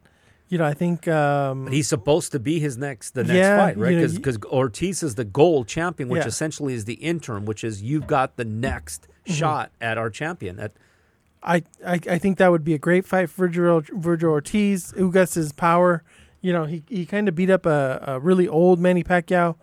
You know, I think um,
But he's supposed to be his next the next
Yeah,
fight, right?
you know,
Because
you-
Ortiz is the gold champion, which
Yeah.
essentially is the interim, which is you've got the next
Mm-hmm.
shot at our champion. At
I, I I think that would be a great fight for Virgil, Virgil Ortiz. Ugas' power, you know, he, he kind of beat up a, a really old Manny Pacquiao,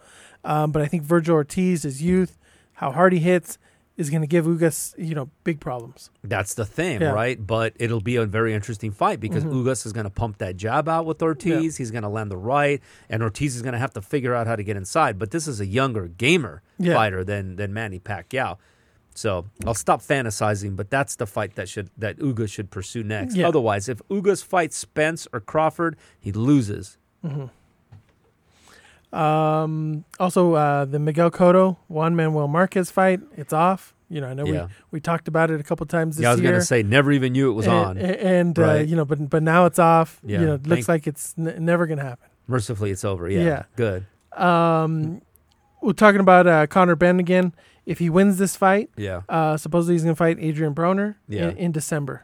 um, but I think Virgil Ortiz, his youth, how hard he hits, is going to give Ugas, you know, big problems.
that's the thing,
Yeah. Mm-hmm.
right? But it'll be a very interesting fight because Ugas is going to pump that jab out with Ortiz. He's going to land the right, and Ortiz is going to have to figure out how to get inside. But this is a younger gamer
Yeah.
fighter than than Manny Pacquiao. So I'll stop fantasizing, but that's the fight that should that Ugas should pursue next.
Yeah.
Otherwise, if Ugas fights Spence or Crawford, he loses.
Um, also, uh, the Miguel Cotto, Juan Manuel Marquez fight, it's off. You know, I know
Yeah.
we, we talked about it a couple times this
yeah, I was
year.
gonna say never even knew it was
and,
on.
and, uh,
Right.
you know, but but now it's off.
Yeah.
You know, it looks
Thank-
like it's n- never going to happen.
Mercifully, it's over. Yeah,
Yeah.
good. Hmm.
Um, we're talking about uh, Connor Ben again. If he wins this fight,
Yeah,
uh, supposedly he's going to fight Adrian Broner
Yeah.
in, in December.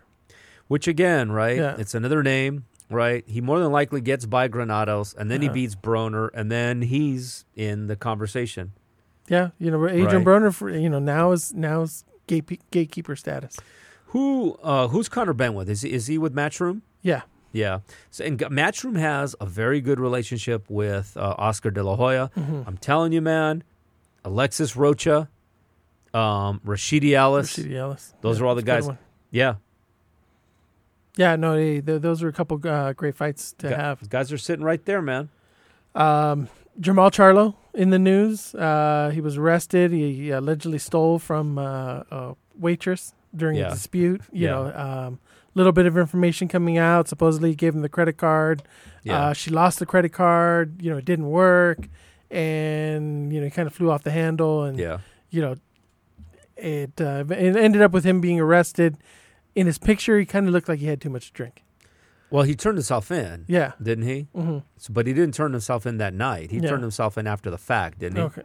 which again, right?
Yeah.
It's another name, right? He more than likely gets by Granados, and then
Uh-huh.
he beats Broner, and then he's in the conversation.
Yeah, you know, Adrian
Right.
Broner, for, you know, now is now is gate, gatekeeper status.
Who uh, who's Connor Ben with? Is he, is he with Matchroom?
Yeah,
Yeah, so, and G- Matchroom has a very good relationship with uh, Oscar De La Hoya.
Mm-hmm.
I'm telling you, man, Alexis Rocha, um, Rashidi Ellis.
Rashidi Ellis.
Those
Yeah,
are all the
that's a
guys.
good one.
Yeah,
Yeah, no, they, th those are a couple uh, great fights to
gu-
have.
guys are sitting right there, man.
Um, Jamal Charlo in the news. Uh, he was arrested. He, he allegedly stole from uh, a waitress during
Yeah.
a dispute. You
Yeah.
know, a um, little bit of information coming out. Supposedly he gave him the credit card.
Yeah.
Uh, she lost the credit card. You know, it didn't work, and you know, he kind of flew off the handle, and
Yeah.
you know, it uh, it ended up with him being arrested. In his picture, he kind of looked like he had too much to drink.
Well, he turned himself in,
Yeah.
didn't he?
hmm
So, but he didn't turn himself in that night. He
Yeah.
turned himself in after the fact, didn't he?
Okay.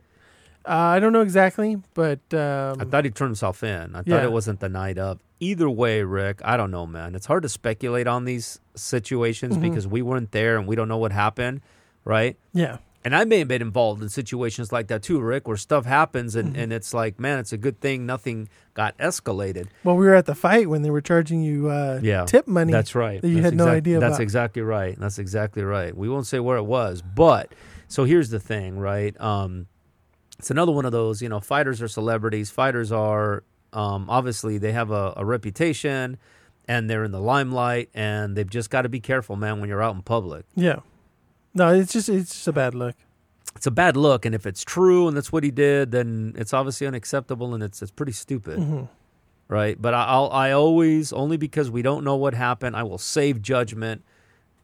Uh, I don't know exactly, but um,
I thought he turned himself in. I thought
Yeah.
it wasn't the night of. Either way, Rick, I don't know, man. It's hard to speculate on these situations
Mm-hmm.
because we weren't there and we don't know what happened, right?
yeah,
And I may have been involved in situations like that too, Rick, where stuff happens
Mm-hmm.
and, and it's like, man, it's a good thing nothing got escalated.
Well, we were at the fight when they were charging you uh,
Yeah,
tip money.
That's right.
that you
That's
had no
exact-
idea
That's
about.
exactly right. That's exactly right. We won't say where it was, but so here's the thing, right? Um, it's another one of those, you know, fighters are celebrities. Fighters are um, obviously they have a, a reputation and they're in the limelight and they've just got to be careful, man, when you're out in public.
yeah. No, it's just it's just a bad look.
It's a bad look. And if it's true and that's what he did, then it's obviously unacceptable and it's, it's pretty stupid. Right. But I- I'll, I always, only because we don't know what happened, I will save judgment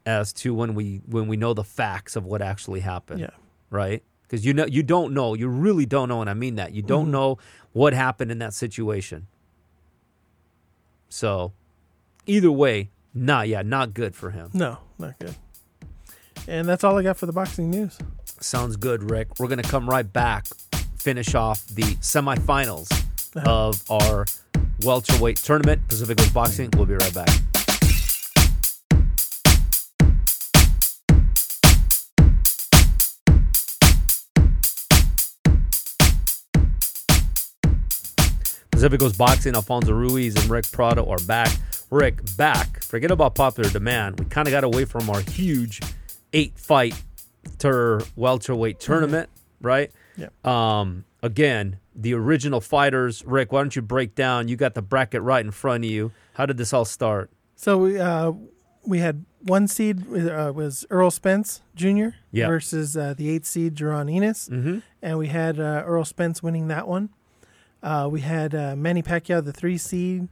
as to when we when we know the facts of what actually happened.
Yeah.
Right? Because you know you don't know. You really don't know, and I mean that. You don't know what happened in that situation. So either way, not yeah, not good for him.
No, not good. And that's all I got for the boxing news.
Sounds good, Rick. We're gonna come right back, finish off the semifinals of our welterweight tournament, Pacific Coast Boxing. We'll be right back. Pacific Coast Boxing, Alfonso Ruiz and Rick Prado are back. Rick, back. Forget about popular demand. We kind of got away from our huge eight fight ter welterweight
Mm-hmm.
tournament, right?
Yep.
Um, again, the original fighters. Rick, why don't you break down? You got the bracket right in front of you. How did this all start?
So we, uh, we had one seed uh, was Earl Spence Jr.
Yeah.
versus uh, the eighth seed Jerron Enos,
Mm-hmm.
and we had uh, Earl Spence winning that one. Uh, we had uh, Manny Pacquiao, the three seed,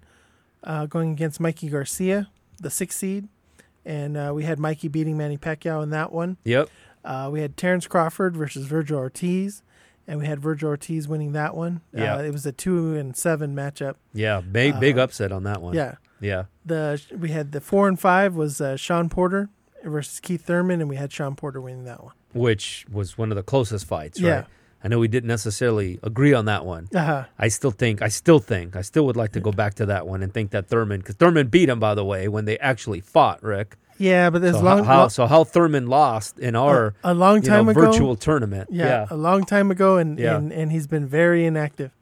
uh, going against Mikey Garcia, the six seed, and uh, we had Mikey beating Manny Pacquiao in that one.
Yep.
Uh, we had Terrence Crawford versus Virgil Ortiz, and we had Virgil Ortiz winning that one.
Yeah.
uh, it was a two and seven matchup.
Yeah. Big big
Uh,
upset on that one.
Yeah,
Yeah.
the we had the four and five was uh, Sean Porter versus Keith Thurman, and we had Sean Porter winning that one.
Which was one of the closest fights. Right?
Yeah.
I know we didn't necessarily agree on that one.
Uh-huh.
I still think, I still think, I still would like to go back to that one and think that Thurman, because Thurman beat him, by the way, when they actually fought, Rick.
Yeah, but as
So, how,
long
how, so how Thurman lost in our
a, a long
you know,
time ago,
virtual tournament.
yeah,
yeah.
a long time ago, and,
Yeah.
and and he's been very inactive.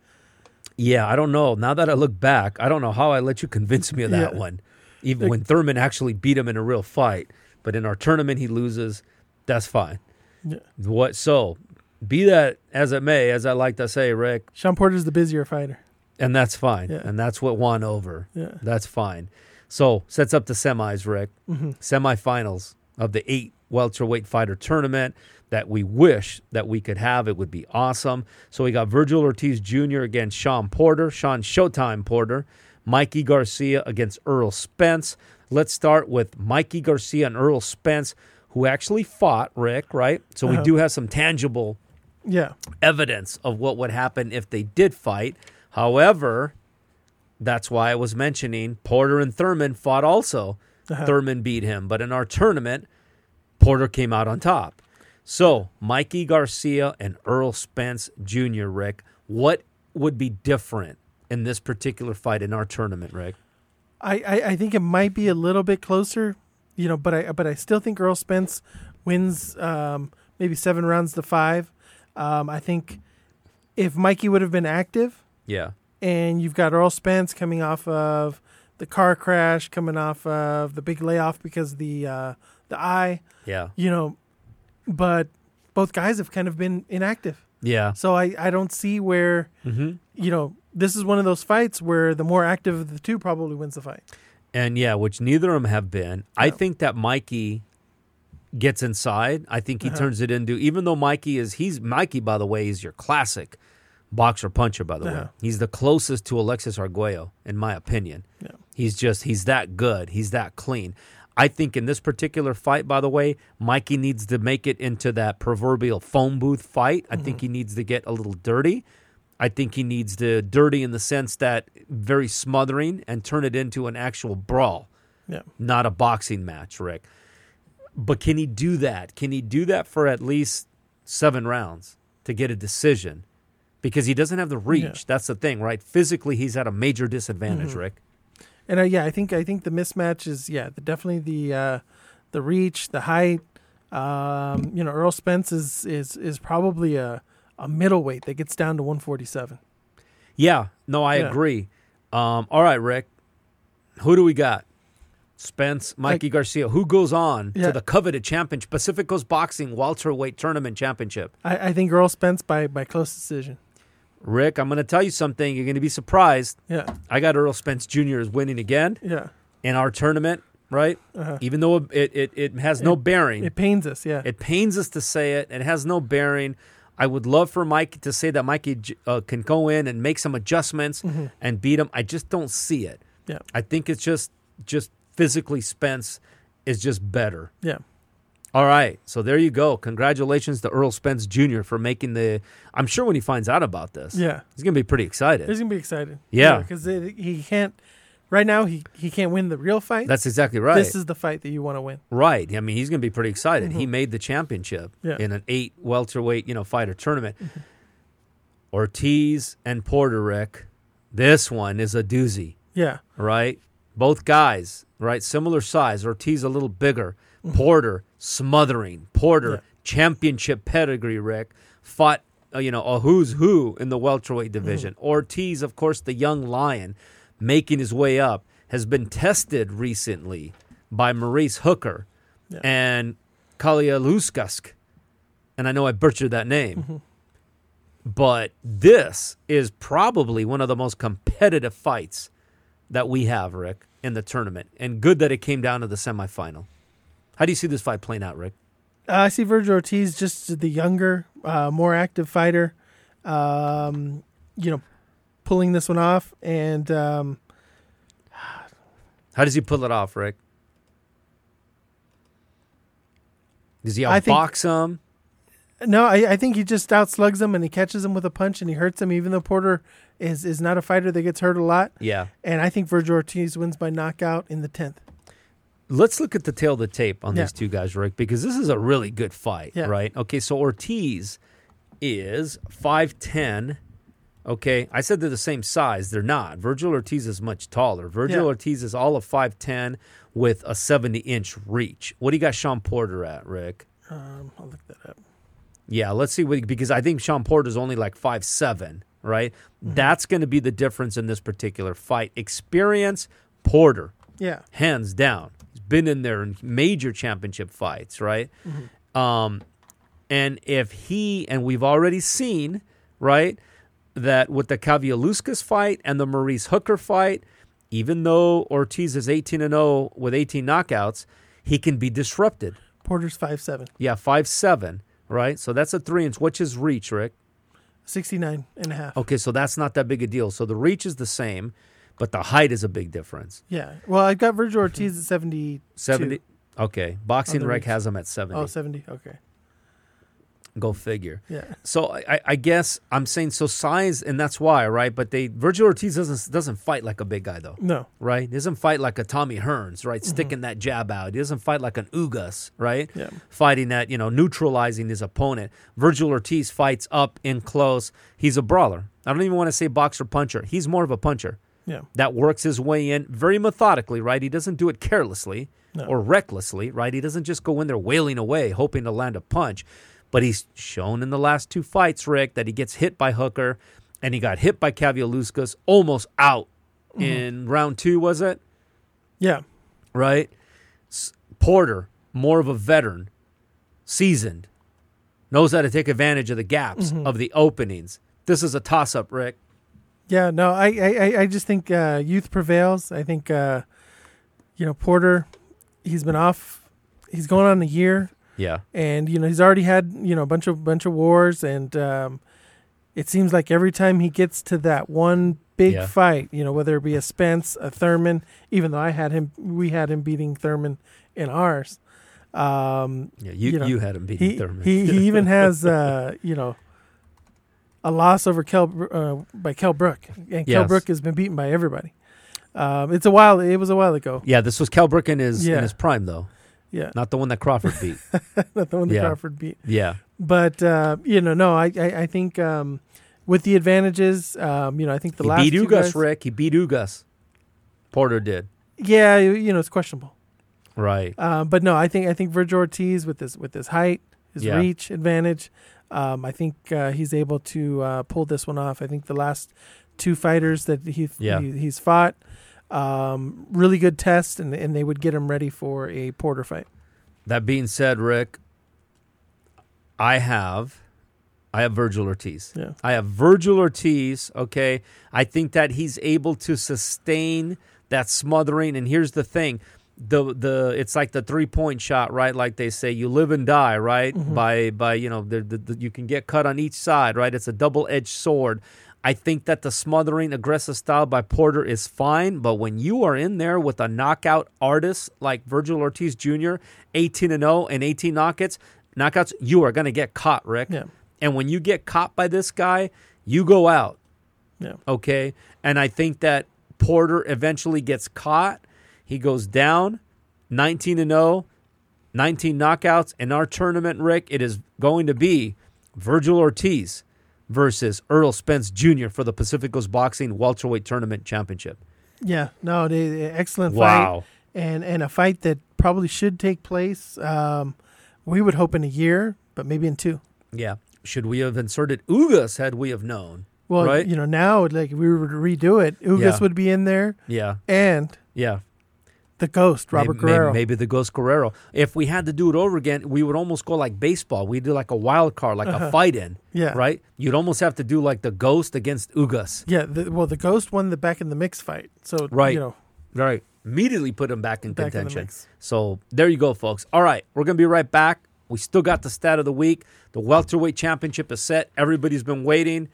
Yeah, I don't know. Now that I look back, I don't know how I let you convince me of that
Yeah.
one. Even when Thurman actually beat him in a real fight, but in our tournament he loses. That's fine.
Yeah.
What so? Be that as it may, as I like to say, Rick,
Sean Porter's the busier fighter.
and that's fine.
Yeah.
And that's what won over.
Yeah,
That's fine. So sets up the semis, Rick.
Mm-hmm.
Semifinals of the eight welterweight fighter tournament that we wish that we could have. It would be awesome. So we got Virgil Ortiz Jr. against Sean Porter, Sean Showtime Porter, Mikey Garcia against Earl Spence. Let's start with Mikey Garcia and Earl Spence, who actually fought Rick, right? So we
Uh-huh.
do have some tangible
yeah,
evidence of what would happen if they did fight. However, that's why I was mentioning Porter and Thurman fought also.
Uh-huh.
Thurman beat him, but in our tournament, Porter came out on top. So, Mikey Garcia and Earl Spence Jr., Rick, what would be different in this particular fight in our tournament, Rick?
I, I I think it might be a little bit closer, you know, but I but I still think Earl Spence wins um, maybe seven rounds to five. Um, I think if Mikey would have been active,
Yeah.
and you've got Earl Spence coming off of the car crash, coming off of the big layoff because of the uh, the eye,
Yeah.
you know, but both guys have kind of been inactive,
Yeah.
so I I don't see where
Mhm.
you know this is one of those fights where the more active of the two probably wins the fight.
And yeah, which neither of them have been. I think that Mikey gets inside. I think he
Uh-huh.
turns it into even though Mikey is he's Mikey by the way is your classic boxer puncher by the way.
Uh-huh.
He's the closest to Alexis Arguello in my opinion.
Yeah.
He's just he's that good. He's that clean. I think in this particular fight by the way, Mikey needs to make it into that proverbial phone booth fight. I
Mm-hmm.
think he needs to get a little dirty. I think he needs to dirty in the sense that very smothering and turn it into an actual brawl
Yeah.
not a boxing match, Rick. But can he do that? Can he do that for at least seven rounds to get a decision? Because he doesn't have the reach.
Yeah. Mm-hmm.
That's the thing, right? Physically, he's at a major disadvantage, Rick.
And uh, yeah, I think I think the mismatch is yeah, the, definitely the uh, the reach, the height. Um, you know, Earl Spence is is is probably a a middleweight that gets down to 147.
Yeah, no, I
Yeah.
agree. Um, all right, Rick. Who do we got? Spence, Mikey Garcia. Who goes on
Yeah.
to the coveted championship, Pacifico's Boxing Welterweight Tournament Championship?
I, I think Earl Spence by by close decision.
Rick, I'm going to tell you something. You're going to be surprised.
Yeah,
I got Earl Spence Jr. is winning again.
yeah.
in our tournament, right?
Uh-huh.
Even though it, it, it has no bearing,
It
it,
pains us. Yeah,
pains us to say it. It has no bearing. I would love for Mike to say that Mikey J- uh, can go in and make some adjustments and beat him. I just don't see it.
Mm-hmm. Yeah.
I think it's just just physically Spence is just better.
yeah.
All right, so there you go. Congratulations to Earl Spence Jr. for making the. I'm sure when he finds out about this,
Yeah.
he's gonna be pretty excited.
He's gonna be excited.
Yeah.
because he can't. Right now, he he can't win the real fight.
That's exactly right.
This is the fight that you want to win.
Right. I mean, he's going to be pretty excited. He made the championship
Yeah.
in an eight welterweight, you know, fighter tournament. Ortiz and Porter Rick. This one is a doozy,
Yeah,
right? Both guys, right? Similar size. Ortiz a little bigger. Porter smothering. Porter
Mm-hmm. Yeah.
championship pedigree. Rick fought, uh, you know, a who's who in the welterweight
Mm-hmm.
division. Ortiz, of course, the young lion, making his way up, has been tested recently by Maurice Hooker
Yeah.
and Kalialuskusk. And I know I butchered that name.
Mm-hmm.
But this is probably one of the most competitive fights that we have, Rick. in the tournament, and good that it came down to the semifinal. How do you see this fight playing out, Rick?
Uh, I see Virgil Ortiz just the younger, uh, more active fighter, um, you know, pulling this one off. And um,
How does he pull it off, Rick? Does he
I think-
outbox him?
no, I, I think he just outslugs him and he catches him with a punch and he hurts him. Even though Porter is is not a fighter that gets hurt a lot,
Yeah.
and I think Virgil Ortiz wins by knockout in the tenth.
Let's look at the tail of the tape on
Yeah.
these two guys, Rick, because this is a really good fight,
Yeah.
right? Okay, so Ortiz is 5'10. Okay, I said they're the same size. They're not. Virgil Ortiz is much taller. Virgil
Yeah.
Ortiz is all of 5'10 with a 70 inch reach. What do you got Sean Porter at, Rick?
Um, I'll look that up.
Yeah, let's see what because I think Sean Porter's only like five seven, right?
Mm-hmm.
That's going to be the difference in this particular fight. Experience Porter,
Yeah,
hands down. He's been in there in major championship fights, right?
Mm-hmm.
Um, and if he and we've already seen, right, that with the Kavialuskas fight and the Maurice Hooker fight, even though Ortiz is eighteen and zero with eighteen knockouts, he can be disrupted.
Porter's five seven.
Yeah, five seven. Right, so that's a three inch. What's his reach, Rick?
69 and a half.
Okay, so that's not that big a deal. So the reach is the same, but the height is a big difference.
Yeah. Well, I've got Virgil Ortiz at 70.
Seventy. Okay, boxing
On the
rec
reach.
has him at seventy.
Oh, 70. Okay.
Go figure.
Yeah.
So I, I- I guess I'm saying so size, and that's why, right? But they Virgil Ortiz doesn't doesn't fight like a big guy though.
No.
right? He doesn't fight like a Tommy Hearns, right? Sticking that jab out. He doesn't fight like an Ugas, right?
Yeah.
Fighting that, you know, neutralizing his opponent. Virgil Ortiz fights up and close. He's a brawler. I don't even want to say boxer puncher. He's more of a puncher
Yeah.
that works his way in very methodically, right? He doesn't do it carelessly
No.
or recklessly, right? He doesn't just go in there wailing away, hoping to land a punch. But he's shown in the last two fights, Rick, that he gets hit by Hooker and he got hit by Kavialuskas almost out
Mm-hmm.
in round two, was it?
Yeah.
Right? S- Porter, more of a veteran, seasoned, knows how to take advantage of the gaps,
Mm-hmm.
of the openings. This is a toss up, Rick.
Yeah. No, I, I, I- I just think uh, youth prevails. I think, uh, you know, Porter, he's been off. He's going on a year.
Yeah.
and you know he's already had you know a bunch of bunch of wars and um, it seems like every time he gets to that one big
Yeah.
fight you know whether it be a spence a thurman even though i had him we had him beating thurman in ours um,
Yeah, you, you,
You know,
had him beat
he,
Thurman.
he he even has uh, you know a loss over Kel uh, by Kel Brook, and Kel
Yes.
Brook has been beaten by everybody. Um, it's a while. It was a while ago.
Yeah, this was Cal Brook in his
Yeah.
in his prime though,
Yeah,
not the one that Crawford beat.
not the one that
Yeah.
Crawford beat.
yeah,
but uh, you know, no, I I, I think um, with the advantages, um, you know, I think the
he
last
beat
two
Ugas,
guys,
Rick. He beat Ugas. Porter did.
yeah, you you know, it's questionable.
Right.
Uh, but no, I think I think Virgil Ortiz with his with his height, his
Yeah.
reach advantage, um, I think uh, he's able to uh, pull this one off. I think the last two fighters that he,
Yeah.
he he's fought. Um, really good test, and and they would get him ready for a Porter fight.
That being said, Rick, I have, I have Virgil Ortiz.
Yeah.
I have Virgil Ortiz. Okay, I think that he's able to sustain that smothering. And here's the thing. The the it's like the three point shot right like they say you live and die right
Mm-hmm.
by by you know the, the, the, you can get cut on each side right it's a double edged sword I think that the smothering aggressive style by Porter is fine, but when you are in there with a knockout artist like Virgil Ortiz Jr., 18 and 0 and 18 knockouts, knockouts, you are going to get caught, Rick.
Yeah.
And when you get caught by this guy, you go out,
Yeah,
okay? And I think that Porter eventually gets caught. He goes down 19 and 0, 19 knockouts in our tournament, Rick. It is going to be Virgil Ortiz versus Earl Spence Jr. for the Pacific Coast Boxing Welterweight Tournament Championship.
yeah, no, they, excellent fight.
Wow.
and and a fight that probably should take place. Um, we would hope in a year, but maybe in two.
Yeah. Should we have inserted Ugas had we have known?
Well,
Right.
you know, now like if we were to redo it, Ugas
Yeah.
would be in there,
Yeah.
and
Yeah.
the Ghost Robert
maybe,
Guerrero.
Maybe, maybe the Ghost Guerrero. If we had to do it over again, we would almost go like baseball. We'd do like a wild card, like a fight in.
Uh-huh. Yeah.
Right? You'd almost have to do like the Ghost against Ugas.
Yeah, the, well, the Ghost won the back in the mix fight, so
Right.
You know,
Right. immediately put him back in
Back in the
contention.
mix.
so there you go, folks. All right, we're gonna be right back. We still got the stat of the week. The welterweight championship is set. Everybody's been waiting.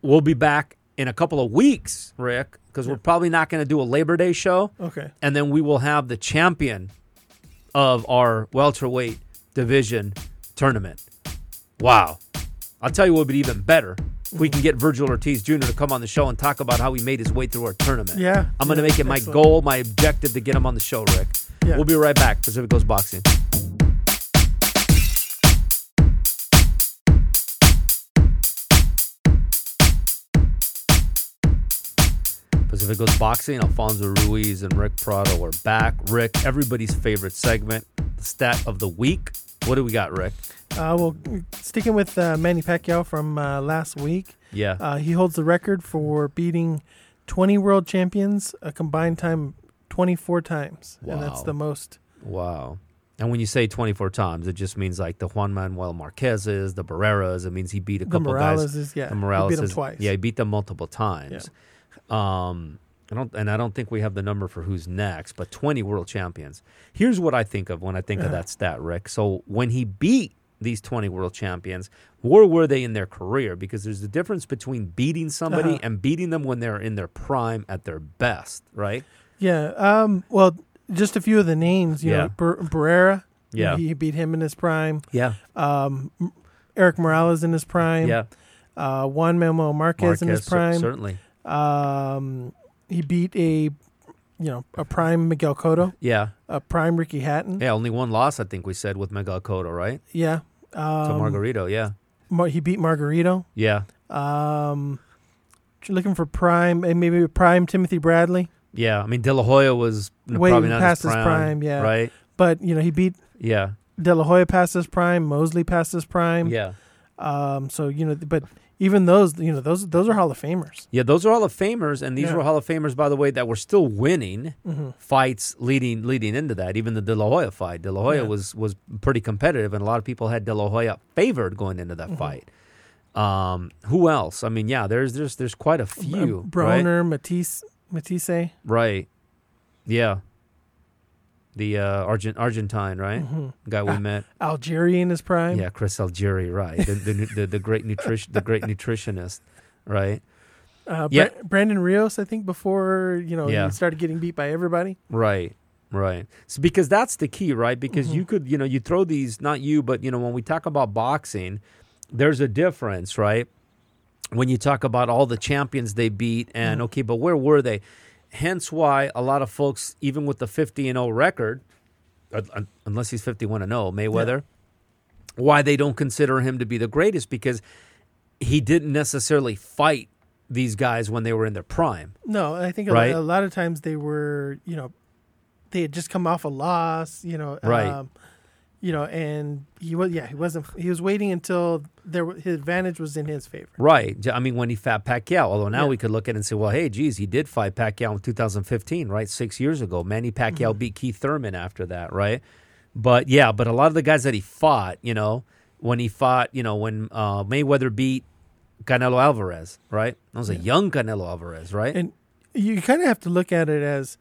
We'll be back in a couple of weeks, Rick, because we're probably not gonna do a Labor Day show
Okay.
and then we will have the champion of our welterweight division tournament. Wow. I'll tell you what would be even better. if We can get Virgil Ortiz Jr. to come on the show and talk about how he made his way through our tournament.
Yeah.
I'm going to
Yeah,
make it my
excellent.
goal, my objective to get him on the show, Rick.
Yeah.
We'll be right back. Pacific Coast Boxing. Pacific Coast Boxing, Alfonso Ruiz and Rick Prado are back. Rick, everybody's favorite segment, the stat of the week. What do we got, Rick?
Uh, well, sticking with uh, Manny Pacquiao from uh, last week,
Yeah.
uh, he holds the record for beating 20 world champions a combined time 24 times, and that's
Wow.
the most.
Wow. And when you say 24 times, it just means like the Juan Manuel Marquez's, the Barreras. It means he beat a
The
couple guys.
Morales is yeah.
The
he
Morales
uh, beat him
is-
twice.
Yeah, he beat them multiple times. Um, I don't, and I don't think we have the number for who's next, but 20 world champions. Here's what I think of when I think of that stat, Rick. So when he beat these 20 world champions, where were they in their career? Because there's a difference between beating somebody
Uh-huh.
and beating them when they're in their prime at their best, right?
Yeah. Um. Well, just a few of the names. You
Yeah.
know, Ber- Barrera. you know,
Yeah.
He beat him in his prime.
Yeah.
Um. M- Eric Morales in his prime.
Yeah.
Uh, Juan Manuel Marquez, in his
cer-
prime.
certainly.
Um. He beat a, you know, a prime Miguel Cotto,
Yeah.
a prime Ricky Hatton.
Yeah, only one loss, I think we said, with Miguel Cotto, right?
Yeah.
To
Um,
Margarito, yeah.
Mar- he beat Margarito.
Yeah.
Um, looking for prime, eh, maybe prime Timothy Bradley.
Yeah. I mean, De La Hoya was n-
Way
probably not
past
his
his
prime.
prime, yeah.
Right?
But you know, he beat
Yeah.
De La Hoya past his prime, Mosley past his prime.
Yeah.
Um, so you know, but even those, you know, those those are Hall of Famers.
Yeah, those are Hall of Famers, and these
Yeah.
were Hall of Famers, by the way, that were still winning fights leading leading into that. Even the De La Hoya fight, De La Hoya
Yeah.
was was pretty competitive, and a lot of people had De La Hoya favored going into
Mm-hmm.
that fight. Um, who else? I mean, yeah, there's there's there's quite a few.
Uh,
right?
Broner, Matisse, Matisse.
Right. Yeah. The uh, Argent Argentine, right? Guy we
Ah,
met.
Algeria in his prime.
Yeah, Chris Algieri, right? The the, nu- the, the great nutrition, the great nutritionist, right?
Uh, Bra-
Yeah.
Brandon Rios, I think, before you know
Yeah.
he started getting beat by everybody.
Right. Right. So because that's the key, right? Because you could, you know, you throw these not you, but you know, when we talk about boxing, there's a difference, right? When you talk about all the champions they beat and okay, but where were they? Hence why a lot of folks even with the 50 and 0 record un- un- unless he's 51 and 0 Mayweather why they don't consider him to be the greatest because he didn't necessarily fight these guys when they were in their prime.
No, I think a,
Right.
a lot of times they were, you know, they had just come off a loss, you know,
Right.
Um, you know, and he was, yeah, he wasn't. He was waiting until there wa- his advantage was in his favor.
Right. J- I mean, when he fought Pacquiao, although now
Yeah.
we could look at it and say, well, hey, geez, he did fight Pacquiao in 2015, right? Six years ago. Manny Pacquiao
Mm-hmm.
beat Keith Thurman after that, right? But yeah, but a lot of the guys that he fought, you know, when he fought, you know, when uh, Mayweather beat Canelo Alvarez, right? That was a young Canelo Alvarez, right?
And you kind of have to look at it as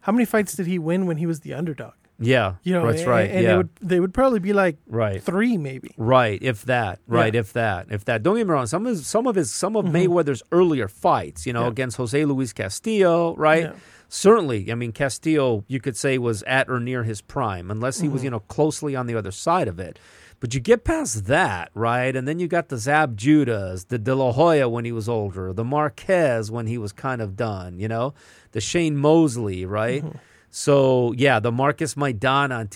how many fights did he win when he was the underdog?
yeah.
You know,
that's
and,
right.
And
yeah.
they would they would probably be like
right.
three, maybe.
Right, if that. Right,
Yeah. Mm-hmm.
if that. If that. Don't get me wrong. Some of his, some of his some of Mayweather's earlier fights, you know,
Yeah.
against Jose Luis Castillo, right?
Yeah.
Certainly, I mean Castillo, you could say was at or near his prime, unless he was you know closely on the other side of it. But you get past that, right? And then you got the Zab Judas, the De La Hoya when he was older, the Marquez when he was kind of done, you know, the Shane Mosley, right? So yeah, the Marcus Maidana in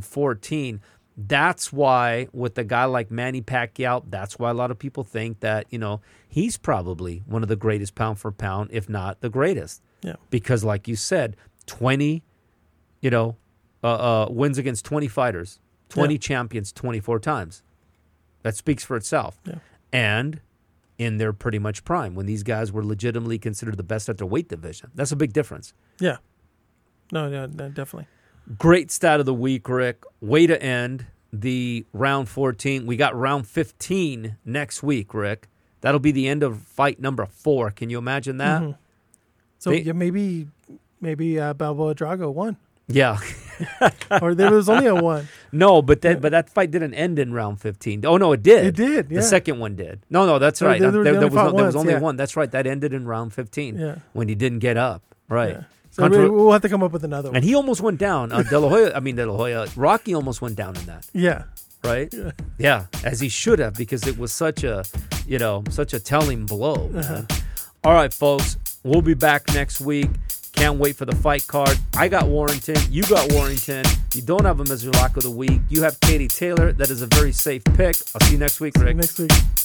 2014. That's why with a guy like Manny Pacquiao, that's why a lot of people think that, you know, he's probably one of the greatest pound for pound, if not the greatest.
Yeah.
Because like you said, 20, you know, uh, uh, wins against 20 fighters, 20
Yeah.
champions 24 times. That speaks for itself.
Yeah.
And in their pretty much prime when these guys were legitimately considered the best at their weight division. That's a big difference.
Yeah. No, no, no definitely.
Great stat of the week, Rick. Way to end the round 14. We got round 15 next week, Rick.
Mm-hmm.
That'll be the end of fight number four. Can you imagine that?
So
They-
yeah, maybe maybe uh, Balboa Drago won,
Yeah.
or there was only a one.
No, but that but that fight didn't end in round 15. Oh no, it did.
It did, yeah.
The second one did. No, no, that's
No,
right.
they-
Uh,
they
There,
were- they
there
only
was no-
fought
there was
once,
only
yeah.
one. That's right. That ended in round 15
Yeah.
when he didn't get up. Right.
Yeah. So
Contra-
we, will have to come up with another one.
and he almost went down. Uh, De La Hoya, I mean De La Hoya, Rocky almost went down in that,
yeah,
right?
Yeah.
Yeah, as he should have because it was such a, you know, such a telling blow.
Uh-huh.
man. All right, folks, we'll be back next week. Can't wait for the fight card. I got Warrington. You got Warrington. You don't have him as your lock of the week. You have Katie Taylor. That is a very safe pick. I'll see you next week, Rick.
next week.